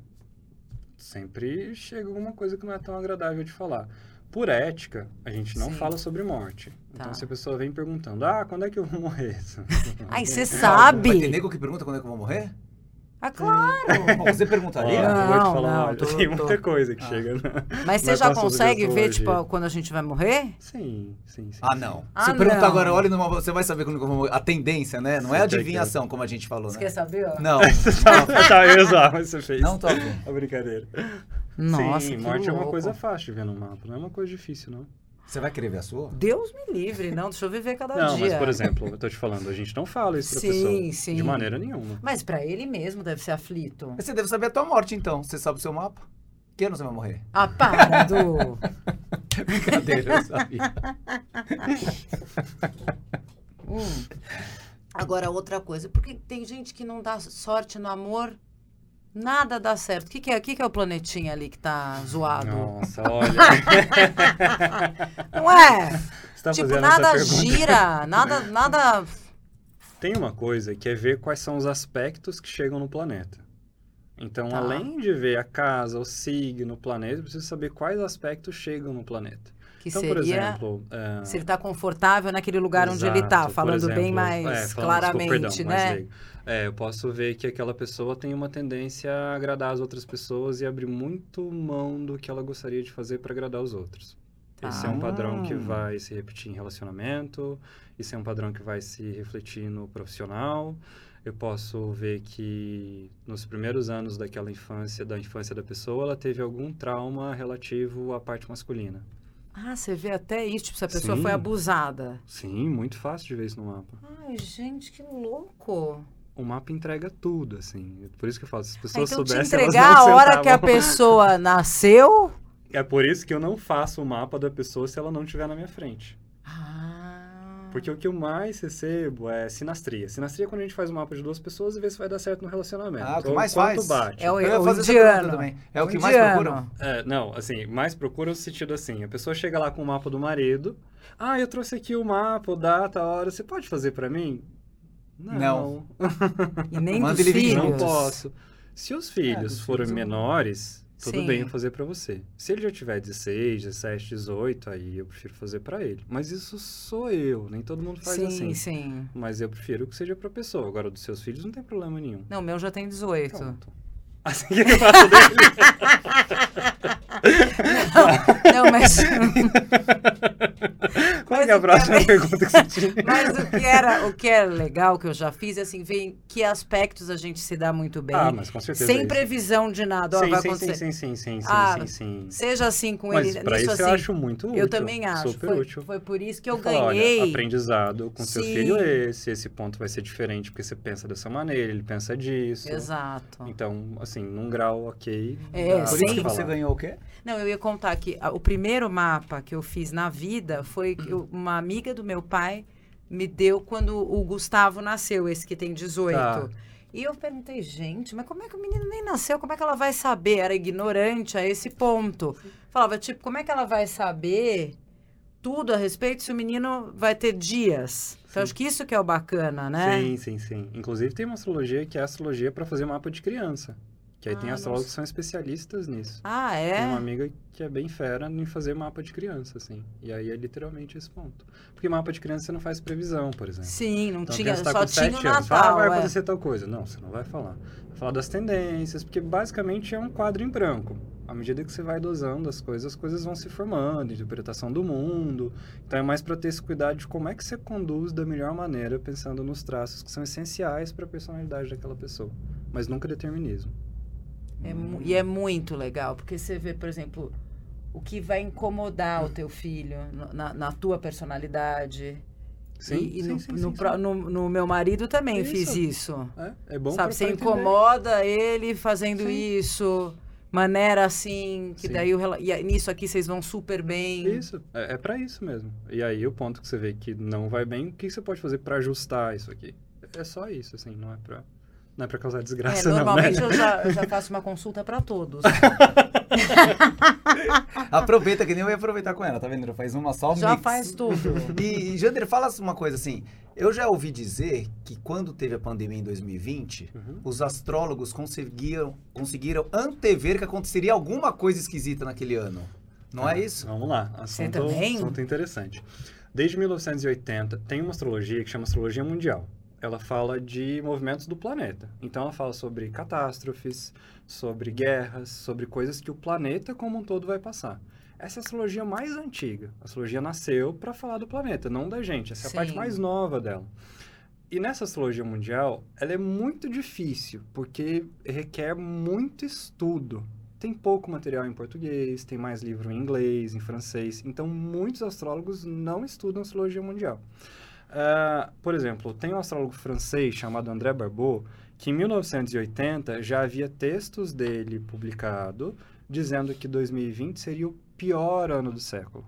sempre chega alguma coisa que não é tão agradável de falar. Por ética, a gente não
Sim.
fala sobre morte.
Tá.
Então, se a pessoa vem perguntando, ah, quando é que eu vou morrer? [laughs]
Ai,
Vai
você
ter
sabe?
nego que pergunta quando é que eu vou morrer?
Ah, claro.
Bom, você
Olha,
perguntaria?
Ah.
eu vou te
Não,
falar,
não,
olha,
tô-
tem
tô.
muita coisa que
Ah.
chega. né?
Mas você
Vai
já
passar sobre
consegue ver,
astrologia.
tipo, quando a gente vai morrer?
Sim, sim, sim.
Ah,
sim. [laughs]
não.
Ah,
Se eu perguntar
não.
agora, olha, numa- você vai saber quando que eu vou morrer. A tendência, né? Não é
Você quer
adivinhação, como a gente falou, né?
saber?
[laughs]
Não,
tá, eu ia zoar, mas você fez.
não tô afim.
A brincadeira.
Nossa,
Sim,
que
morte é uma
louco.
coisa fácil de ver no mapa, não é uma coisa difícil, não.
Você vai querer ver a sua?
Deus me livre, não. Deixa eu viver cada
não,
dia.
mas por exemplo, eu tô te falando, a gente não fala isso pra
Sim,
pessoa.
sim.
De maneira nenhuma.
Mas pra ele mesmo deve ser aflito.
Mas Você deve saber a tua morte, então. Você sabe o seu mapa? Que ano você vai morrer?
Ah,
[laughs]
para, Du.
Brincadeira, eu sabia.
Hum. Agora, outra coisa. Porque tem gente que não dá sorte no amor, nada dá certo. O que, que, é, o que que é o planetinha ali que tá zoado?
Nossa,
[laughs]
olha.
não é?
Você [laughs] tá
tipo,
fazendo
nada
essa pergunta.
gira, nada, nada.
Tem uma coisa que é ver quais são os aspectos que chegam no planeta. Então,
Tá.
além de ver a casa, o signo, o planeta, eu preciso saber quais aspectos chegam no planeta.
Que
então,
seria
por exemplo, ah,
se ele está confortável naquele lugar onde ele
Exato,
está,
por
falando bem
exemplo,
mais
é, falando-
claramente,
desculpa, perdão, mais
né?
leigo. É, eu posso ver que aquela pessoa tem uma tendência a agradar as outras pessoas e abrir muito mão do que ela gostaria de fazer para agradar os outros. Esse é um padrão que
Ah.
vai se repetir em relacionamento, esse é um padrão que vai se refletir no profissional. Eu posso ver que nos primeiros anos daquela infância, da infância da pessoa, ela teve algum trauma relativo à parte masculina.
Ah, você vê até isso, tipo, se a pessoa
Sim.
foi abusada.
Sim, muito fácil de ver isso no mapa.
Ai, gente, que louco.
o mapa entrega tudo, assim. Por isso que eu falo, se as
Ah,
pessoas
então te
soubessem, elas
entregar
não
a hora que a
sentavam. [laughs]
pessoa nasceu?
É por isso que eu não faço o mapa da pessoa se ela não estiver na minha frente.
Ah.
Porque o que eu mais recebo é sinastria. Sinastria é quando a gente faz um mapa de duas pessoas e vê se vai dar certo no relacionamento.
Ah, o que
Ou
mais
quanto
faz.
bate.
É o,
Eu ia
é o
fazer essa pergunta
indiano.
também. É o que mais
indiano.
procuram?
É, não, assim, mais procura o sentido assim. A pessoa chega lá com o mapa do marido. Ah, eu trouxe aqui o mapa, o data, a hora. Você pode fazer pra mim?
Não.
E Ah, nem
Manda
dos
ele vir
filhos.
junto.
Não posso. Se os filhos
dos
forem
filhos eu-
menores, tudo
é Sim.
bem eu fazer pra você. Se ele já tiver 16, 17, 18, aí eu prefiro fazer pra ele. Mas isso sou eu, nem todo mundo faz
Sim,
assim.
sim.
Mas eu prefiro que seja pra pessoa. Agora, dos seus filhos não tem problema nenhum.
Não, o meu já tem 18.
Pronto. [laughs] Assim que eu faço dele.
Não, mas, [laughs]
Qual que é a próxima pergunta que você
[laughs]
tinha?
mas o, que era, o que era legal que eu já fiz é assim, ver em que aspectos a gente se dá muito bem.
Ah, mas com certeza.
sem
é isso.
previsão de nada, ó,
Sim,
vai
sim,
acontecer.
sim, sim, sim, sim, sim,
Ah,
sim, sim.
Seja assim com
Mas
ele,
pra
nisso
isso eu
assim.
acho muito útil.
eu também acho.
Super
foi,
útil.
foi por isso que eu
Você fala, olha,
ganhei.
aprendizado com seu
Sim.
filho é esse, esse ponto vai ser diferente porque você pensa dessa maneira, ele pensa disso.
Exato.
Então, assim, num grau ok.
É,
dá
Por
pra
isso
sim.
que
falar.
você ganhou o quê?
Não, eu ia contar que ah, o primeiro mapa que eu fiz na vida foi que eu- uma amiga do meu pai me deu quando o Gustavo nasceu, esse que tem 18.
Tá.
E eu perguntei, gente, mas como é que o menino nem nasceu? Como é que ela vai saber? Era ignorante a esse ponto. Falava, tipo, como é que ela vai saber tudo a respeito se o menino vai ter dias? Então, acho que isso que é o bacana, né?
Tá, Sim, sim, sim. Inclusive tem uma astrologia que é astrologia pra fazer mapa de criança. Que aí
Ah,
tem astrólogos que são especialistas nisso.
Ah,
Tem uma
é?
amiga que é bem fera em fazer mapa de criança, assim. E aí é literalmente esse ponto. Porque mapa de criança você não faz previsão, por exemplo.
Sim, não
Então, a
tinha,
criança tá
só
com
tinha o
sete anos, fala, ah,
Natal.
vai
é.
acontecer tal coisa. Não, você não vai falar. Vai falar das tendências, porque basicamente é um quadro em branco. À medida que você vai dosando as coisas, as coisas vão se formando, interpretação do mundo. Então é mais para ter esse cuidado de como é que você conduz da melhor maneira, pensando nos traços que são essenciais para a personalidade daquela pessoa. Mas nunca determinismo.
É mu- e é muito legal, porque você vê, por exemplo, o que vai incomodar o teu filho no- na, na tua personalidade.
Sim,
e, e
sim,
no,
sim,
no
sim,
pro-
sim.
no- no meu marido também
Isso.
fiz isso.
É, é bom pra-
Sabe, você
pra entender.
incomoda ele fazendo
Sim.
isso, maneira assim, que
Sim.
daí o rela- e aí, nisso aqui vocês vão super bem.
Isso, é, é para isso mesmo. E aí o ponto que você vê que não vai bem, o que você pode fazer para ajustar isso aqui? É só isso, assim, não é pra, não é pra causar
É,
desgraça, não, né?
normalmente eu, já, eu já faço uma consulta pra
[laughs]
todos.
Aproveita que nem eu ia aproveitar com ela, tá vendo? Faz uma só um
já
mix.
faz tudo.
E, e, Jander, fala uma coisa assim. Eu já ouvi dizer que quando teve a pandemia em 2020,
Uhum.
os astrólogos conseguiram, conseguiram antever que aconteceria alguma coisa esquisita naquele ano. Não é isso?
Vamos lá, assunto,
também?
assunto interessante. Desde 1980, tem uma astrologia que chama Astrologia Mundial. Ela fala de movimentos do planeta. Então, ela fala sobre catástrofes, sobre guerras, sobre coisas que o planeta como um todo vai passar. Essa é a astrologia mais antiga. A astrologia nasceu para falar do planeta, não da gente. Essa é a
Sim.
parte mais nova dela. E nessa astrologia mundial, ela é muito difícil, porque requer muito estudo. Tem pouco material em português, tem mais livro em inglês, em francês. Então, muitos astrólogos não estudam astrologia mundial. Ah, por exemplo, tem um astrólogo francês chamado André Barbeau, que em 1980 já havia textos dele publicado dizendo que 2020 seria o pior ano do século.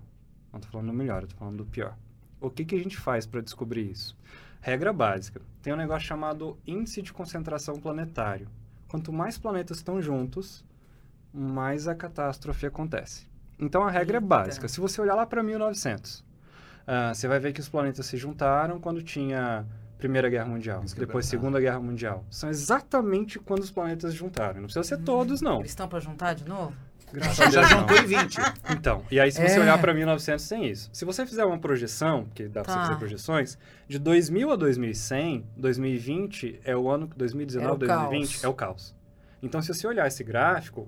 Não tô falando do melhor, eu tô falando do pior. O que, que a gente faz para descobrir isso? Regra básica. Tem um negócio chamado índice de concentração planetário. Quanto mais planetas estão juntos, mais a catástrofe acontece. Então a regra
Eita.
é básica. Se você olhar lá para 1900, ah, você vai ver que os planetas se juntaram quando tinha Primeira Guerra Mundial,
Isso que eu ia
depois
perguntar.
Segunda Guerra Mundial. São exatamente quando os planetas juntaram. Não precisa ser todos, não.
Eles estão pra juntar de novo?
Hum. Graças a
Já
Deus, não.
juntou em
[laughs]
20.
[laughs] Então, e aí se você
É.
olhar para 1900 tem isso. Se você fizer uma projeção, porque dá para
Tá.
você fazer projeções, de 2000 a 2100, 2020 é o ano que 2019,
É o
2020
caos.
é o caos. Então, se você olhar esse gráfico,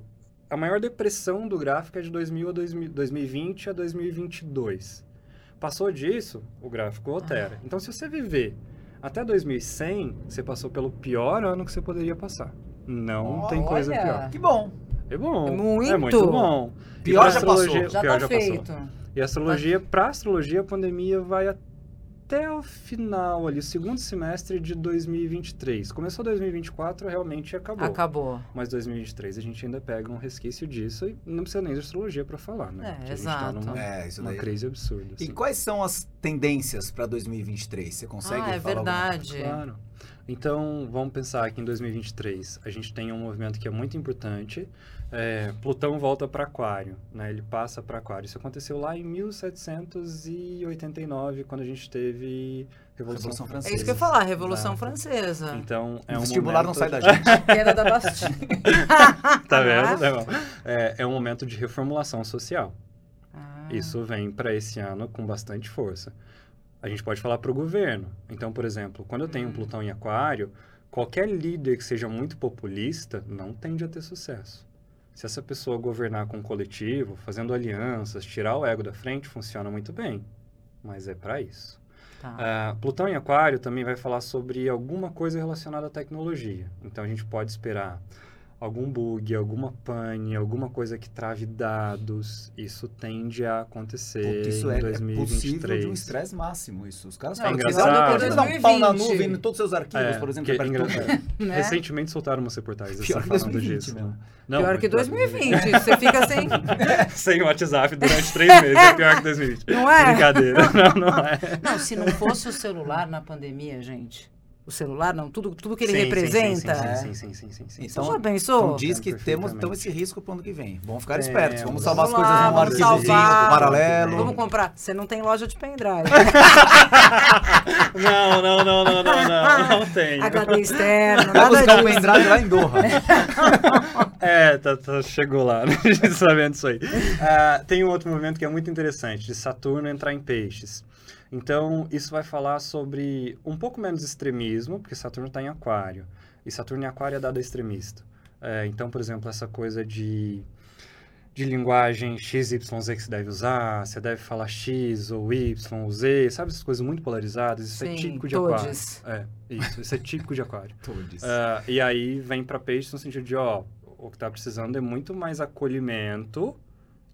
a maior depressão do gráfico é de 2000 a 2000, 2020 a 2022. Passou disso, o gráfico altera.
Ah.
Então, se você viver até 2100, você passou pelo pior ano que você poderia passar. Não tem coisa
Olha!
pior.
Que bom.
É bom. É
Muito!
muito bom. E
Pior
pra
já passou.
astrologia-
Já tá
pior passou.
feito. Tá.
E a astrologia, para astrologia, a pandemia vai até o final ali, o segundo semestre de 2023. Começou 2024, realmente acabou.
Acabou.
Mas 2023 a gente ainda pega um resquício disso e não precisa nem de astrologia para falar,
É,
né? Porque A
exato.
gente tá numa,
É, isso
uma
daí.
crise absurda.
E
assim.
quais são as tendências para 2023? Você consegue
ah, é
falar alguma
verdade.
Claro. Então, vamos pensar que em 2023 a gente tem um movimento que é muito importante. É, Plutão volta para Aquário, né? Ele passa para Aquário. Isso aconteceu lá em 1789, quando a gente teve Revolução,
Revolução
É
Francesa.
isso que eu ia falar, Revolução
Exato.
Francesa.
Então, é
O
um
vestibular não
momento
sai da
de-
gente.
Queda da Bastilha.
[laughs] tá vendo? Tá bom. É, é um momento de reformulação social.
Ah.
Isso vem para esse ano com bastante força. A gente pode falar para o governo. Então, por exemplo, quando eu tenho um
Hum.
Plutão em Aquário, qualquer líder que seja muito populista não tende a ter sucesso. Se essa pessoa governar com um coletivo, fazendo alianças, tirar o ego da frente, funciona muito bem. Mas é para isso.
Tá.
Ah, Plutão em Aquário também vai falar sobre alguma coisa relacionada à tecnologia. Então a gente pode esperar algum bug, alguma pane, alguma coisa que trave dados. Isso tende a acontecer
Puta, isso
em
é, é
2023.
possível de um estresse máximo, isso. Os caras
É
falam
engraçado.
"Não,
Pior que
dá um pau na
2020.
nuvem em todos os seus arquivos,
É,
por exemplo.
que
que perde
engra-
tudo.
Né?
Recentemente soltaram umas reportagens assim,
Pior que
falando
2020
disso.
mesmo.
Não,
Pior que
mas-
2020. Você fica sem.
[laughs] Sem WhatsApp durante três meses, é pior que 2020.
Não é?
Brincadeira,
[laughs]
não, não é.
Não, se não fosse o celular na pandemia, gente. O celular, não, tudo, tudo que ele
Sim, sim, sim,
representa.
É.
Sim, um sim, sim, sim, sim, sim.
Então,
Você já
Então
pensou?
diz que temos
perfeitamente.
então, esse risco pro ano que vem. Vamos ficar
É,
espertos. Vamos
vamos
salvar as
lá,
coisas num
vamos
arquivozinho
salvar.
paralelo.
é
Vamos comprar. Você não tem loja de
[laughs]
pendrive.
Não, não, não, não, não,
[laughs]
não, não tem.
HD externo,
Vai buscar o
nada disso.
pendrive lá em Doha.
É, tá, tá- chegou lá, [laughs] né? A gente sabendo isso aí. Ah, tem um outro movimento que é muito interessante, de Saturno entrar em peixes. Então, isso vai falar sobre um pouco menos extremismo, porque Saturno está em aquário. E Saturno em aquário é dado extremista. É, então, por exemplo, essa coisa de, de linguagem XYZ que se deve usar, você deve falar X ou Y ou Z, sabe essas coisas muito polarizadas? Isso é
Sim,
típico de
todes.
aquário. É, isso, isso é típico de aquário.
Todos.
É.
Ah, e aí vem pra peixe no sentido de, ó, o que tá precisando é muito mais acolhimento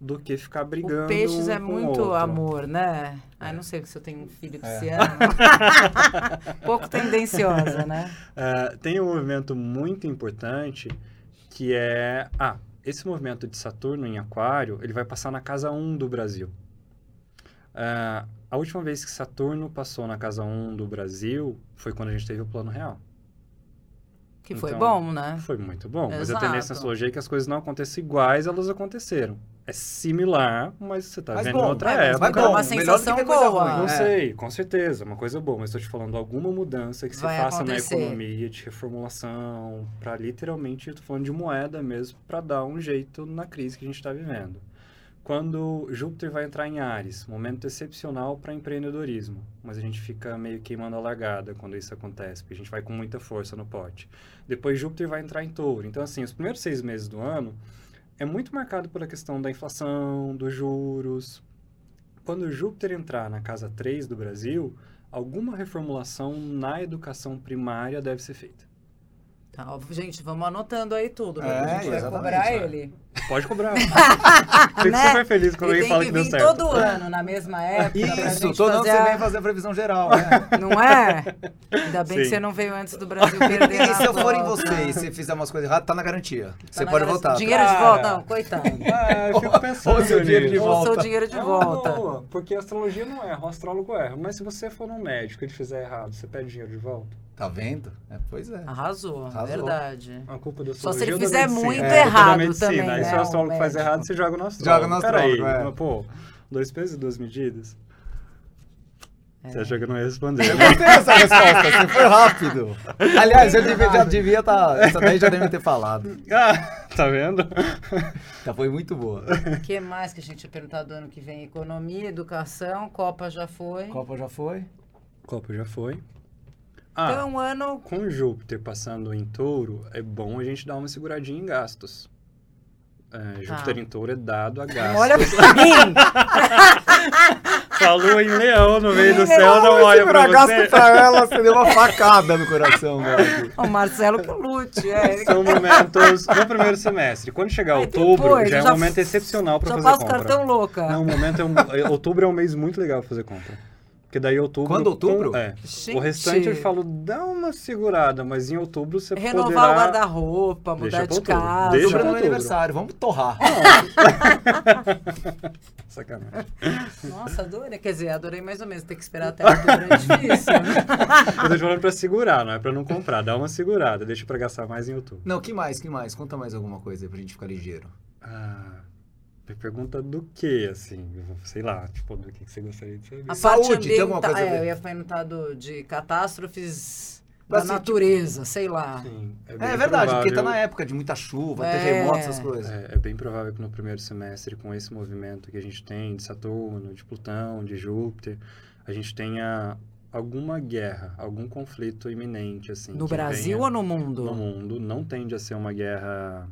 do que ficar brigando.
O peixes
um
é
com o
muito
outro. É.
amor, né? Ai, não sei se eu tenho um filho que se ama.
[laughs]
Pouco tendenciosa, né?
Ah, tem um movimento muito importante que é. Ah, esse movimento de Saturno em Aquário, ele vai passar na casa 1 do Brasil. Ah, a última vez que Saturno passou na casa 1 do Brasil foi quando a gente teve o Plano Real.
Que foi
Então,
bom, né?
Foi muito bom, mas a
Exato.
tendência na astrologia é que as coisas não aconteçam iguais, elas aconteceram. É similar, mas você tá
Mas
vendo
bom,
em outra
é, mas
época.
vai
Dá
bom, melhor
uma
do que
sensação
ter coisa
boa.
ruim.
Não
É.
sei, com certeza, é uma coisa boa, mas estou te falando alguma mudança que se
Vai
faça
acontecer.
na economia, de reformulação, para literalmente, eu tô falando de moeda mesmo, para dar um jeito na crise que a gente está vivendo. Quando Júpiter vai entrar em Ares, momento excepcional para empreendedorismo, mas a gente fica meio queimando a largada quando isso acontece, porque a gente vai com muita força no pote. Depois Júpiter vai entrar em Touro, então assim, os primeiros seis meses do ano é muito marcado pela questão da inflação, dos juros. Quando Júpiter entrar na casa 3 do Brasil, alguma reformulação na educação primária deve ser feita.
Tá, ó, gente, vamos anotando aí tudo.
É,
porque a gente vai
exatamente,
cobrar
é.
ele.
Pode
[laughs]
cobrar.
Né?
Fico super feliz quando
Ele
alguém fala
tem que
que deu
vir
certo.
todo ano, na mesma época. pra
Isso,
gente
todo ano
fazer
você
a-
vem fazer a previsão geral,
[laughs]
né?
Não é? Ainda bem que
Sim.
você não veio antes do Brasil perder
[laughs] E
na
se eu for em
volta.
você e você fizer umas coisas erradas, tá na garantia.
Tá
você
na
pode
gra-
voltar.
Dinheiro de
Cara.
volta?
[laughs]
Não, coitado.
Ah, eu fico pensando
Ou seu dinheiro de
nisso.
volta.
Ou o dinheiro de
É uma
volta.
boa, porque a astrologia não erra, o astrólogo erra. Mas se você for num médico e ele fizer errado, você pede dinheiro de volta?
Tá vendo? É, pois
Ah.
é.
Arrasou,
Arrasou.
verdade.
A culpa é da
Só se
astrologia
ele
ou da
fizer
medicina?
muito
É, culpa da
errado
medicina.
também,
Aí
né,
se o astrólogo
o
faz
médico.
errado, você joga no astrólogo.
no
Peraí,
astrólogo, é.
mas, pô, dois pesos e duas medidas?
É.
Você achou que eu não ia responder? [laughs]
Eu gostei dessa resposta, assim, foi
[laughs]
rápido. Aliás, eu devia, já devia estar. essa daí já devia ter falado.
ah, tá vendo?
Já foi muito boa.
O que mais que a gente ia perguntar do ano que vem? Economia, educação, Copa já foi.
Copa já foi?
Copa já foi. Ah,
Então é um ano.
com Júpiter passando em touro, é bom a gente dar uma seguradinha em gastos. É, Júpiter em touro
[laughs]
é dado a gastos.
Tá. Olha
[laughs]
pra mim!
Falou em leão no meio do
Em
céu, não olha pra você.
pra ela, você deu uma facada no [laughs] coração, velho.
o Marcelo que lute, é.
São momentos no primeiro semestre. Quando chegar
Aí
outubro,
depois,
já é um
já-
momento excepcional pra
Já
fazer
passa o
compra.
cartão louca.
Não, o momento é um, outubro é um mês muito legal pra fazer compra. Porque daí outubro...
Quando outubro?
É.
Gente,
O restante eu falo, dá uma segurada, mas em outubro você
Renovar
poderá...
o guarda-roupa,
Deixa
mudar
pra
de
outubro.
casa.
Deixa
Sobre
pra
meu
outubro.
aniversário, vamos torrar.
Sacanagem.
Nossa, adorei. Quer dizer, adorei mais ou menos. Ter que esperar até
[laughs]
outubro é difícil. né?
Eu tô te falando pra segurar, não é pra não comprar. Dá uma segurada, deixa pra gastar mais em outubro.
Não, que mais, que mais? Conta mais alguma coisa aí pra gente ficar ligeiro.
Ah, me pergunta do que, assim? Sei lá, tipo, do que que você gostaria de saber.
A
Saúde,
parte
tem alguma
ambiental-
coisa a ver?
É, eu ia perguntar do, de catástrofes
Mas,
da
assim,
natureza, sei lá.
Sim, bem
É, verdade, porque tá
provável-
na época de muita chuva,
É.
terremotos, essas coisas.
É, é bem provável que no primeiro semestre, com esse movimento que a gente tem de Saturno, de Plutão, de Júpiter, a gente tenha alguma guerra, algum conflito iminente, assim.
No
que
Brasil ou
venha
no mundo?
no mundo. Não tende a ser uma guerra...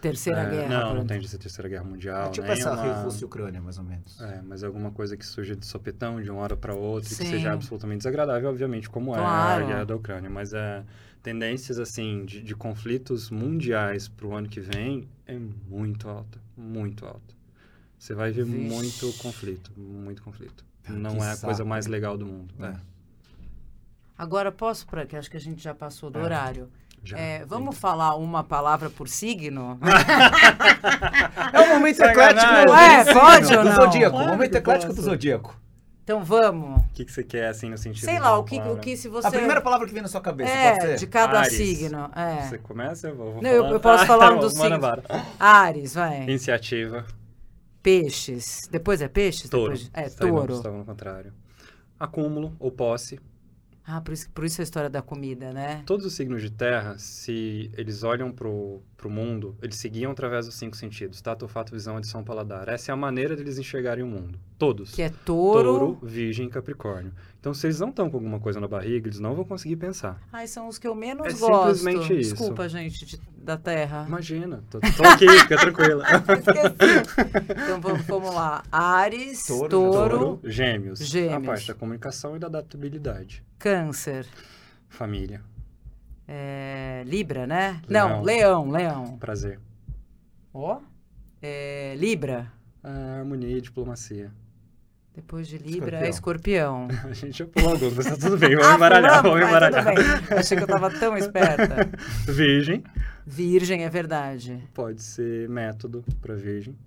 Terceira
é,
guerra.
Não, não
pronto.
tende a ser Terceira Guerra Mundial.
É tipo
nem
essa
uma...
Rússia e Ucrânia, mais ou menos.
É, mas alguma coisa que surja de sopetão de uma hora para outra, que
Sim.
seja absolutamente desagradável, obviamente, como é
Claro.
a guerra da Ucrânia. Mas é, tendências, assim, de, de conflitos mundiais para o ano que vem é muito alta, muito alta. Você vai ver
Vixe.
muito conflito, muito conflito.
Ah,
Não
que
é a coisa
saco.
mais legal do mundo.
É.
né?
Agora posso, pra, que acho que a gente já passou do
É.
horário.
Já.
É, vamos falar uma palavra por
[laughs]
signo?
É o momento
Sacanagem.
eclético
Ué,
do signo,
É, pode ou
do
não?
zodíaco. um
Claro
momento
que
eclético do
posso.
zodíaco.
Então vamos.
O que, que você quer, assim, no sentido
Sei
de
lá,
uma
o que, o
palavra?
que se você.
A primeira palavra que vem na sua cabeça, pode
É,
ser?
de cada
Áries.
signo. É.
Você começa? Eu vou, vou
Não, eu-
falando.
eu posso
Ah,
falar
tá [laughs]
um
bom,
dos
manda
signos.
bala.
Ares, vai.
Iniciativa.
Peixes. Depois é peixes?
Touro.
Depois... É,
Estava no-
touro.
Estava no contrário. Acúmulo ou posse.
Ah, por isso, por isso a história da comida, né?
Todos os signos de terra, se eles olham pro, pro mundo, eles seguiam através dos cinco sentidos. Tato, olfato, visão, audição, paladar. Essa é a maneira deles enxergarem o mundo. Todos.
Que é touro.
virgem e capricórnio. Então, se eles não estão com alguma coisa na barriga, eles não vão conseguir pensar.
Ai, são os que eu menos
É
gosto.
simplesmente isso.
Desculpa, gente, de- da terra. [laughs]
Imagina. Tô, tô aqui, fica tranquila.
Esqueci. então vamos, vamos lá. Ares,
Touro,
touro,
gêmeos. A
Gêmeos.
parte da comunicação e da adaptabilidade.
câncer.
Família.
É, Libra, né?
Leão.
Não, leão, leão.
Prazer.
Ó. É, Libra.
Ah, harmonia e diplomacia. [laughs]
Depois de Libra é escorpião.
A gente já pulou alguns, mas tá tudo bem. Vamos
Ah,
embaralhar,
fulano?
vamos
Ah, tudo
embaralhar.
bem. Achei que eu tava tão esperta.
Virgem.
Virgem, é verdade.
Pode ser método para virgem.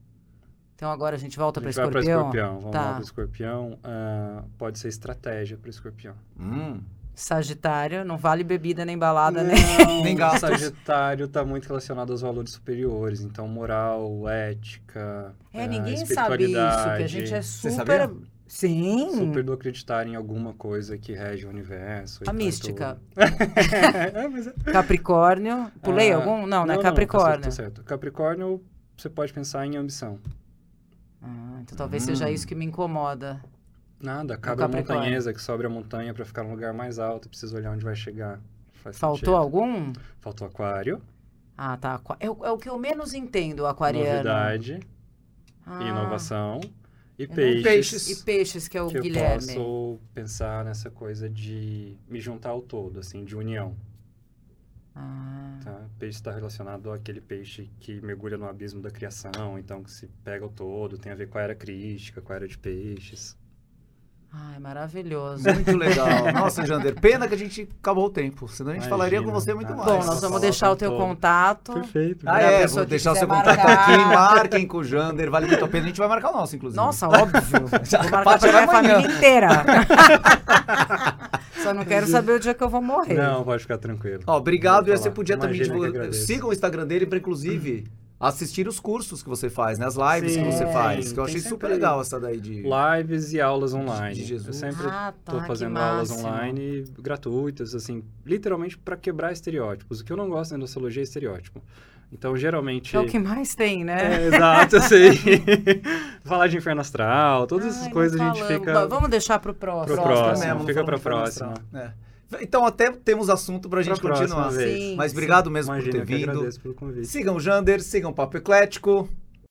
Então agora a gente volta
A
para
gente vai para
escorpião.
escorpião. Vamos lá
Tá.
para escorpião. Ah, pode ser estratégia para escorpião.
Hum.
Sagitário, não vale bebida nem balada, né? [laughs]
Não,
Nem gastos.
Sagitário está muito relacionado aos valores superiores. Então, moral, ética,
É,
ah,
ninguém sabe isso, que a gente é assim.
espiritualidade,
Você
super.
sabia?
Sim.
Super do acreditar em alguma coisa que rege o universo. e
A
tal e
mística. [laughs]
tudo. é, mas é-
Capricórnio. Pulei
Ah,
algum? Não, né?
tá
Capricórnio.
certo, tá certo. Capricórnio, você pode pensar em ambição.
Ah, então talvez seja
Hum.
isso que me incomoda.
Nada, cabra
Capricórnio.
montanhesa que sobe a montanha para ficar num lugar mais alto e precisa olhar onde vai chegar. Faz
Faltou
sentido.
algum?
Faltou aquário,
Ah, tá. Aqua- É, o- é o que eu menos entendo, aquariano.
novidade,
Ah,
inovação e
não-
peixes.
Peixes.
E peixes, que é o
Que
Guilherme.
eu posso pensar nessa coisa de me juntar ao todo, assim, de união,
Ah,
tá? Peixe está relacionado àquele peixe que mergulha no abismo da criação, então que se pega ao todo, tem a ver com a era crística, com a era de peixes.
ai, maravilhoso.
Muito legal. Nossa, Jander, pena que a gente acabou o tempo, senão a gente
Imagina,
falaria com você muito
tá?
mais.
[laughs] Bom,
Nossa,
nós vamos
falou
deixar o
com
teu
todo.
contato.
Perfeito.
Ah,
Pra
é,
pessoa
vou
que
deixar o seu
quiser
contato
marcar.
aqui, marquem com o Jander, vale muito a pena. A gente vai marcar o nosso, inclusive.
Nossa,
[laughs]
óbvio.
[laughs] Já
Vou marcar
parte
pra
vai
minha
amanhã.
família inteira. Só não quero saber o dia que eu vou morrer.
Não, pode ficar tranquilo.
Ó, obrigado.
Vou
E você
falar.
podia tá também
Imagina que
divulgar.
agradeço.
Sigam o Instagram dele pra, inclusive, assistir os cursos que você faz, né? As lives
Sim,
que você faz.
tem
Que eu achei
sempre
super legal essa daí de.
Lives e aulas online.
De Jesus.
Eu sempre
Ah, tá.
Tô
que
fazendo aulas
máximo.
online gratuitas, assim, literalmente para quebrar estereótipos. O que eu não gosto na endossologia é estereótipo. Então, geralmente.
É o que mais tem, né?
É,
[laughs]
exato, eu sei. [laughs] Falar de inferno astral, todas essas
Ai, não
coisas a gente
falamos.
fica
Bom, Vamos deixar pro próximo.
Pro próximo.
mesmo, não
fica
falamos
pra
de
próxima.
formação. É. Então até temos assunto pra gente
próxima
continuar.
vez.
Sim.
Mas obrigado mesmo
Imagina,
por ter
eu que
vindo.
agradeço pelo convite.
Sigam o Jander, sigam o Papo Eclético.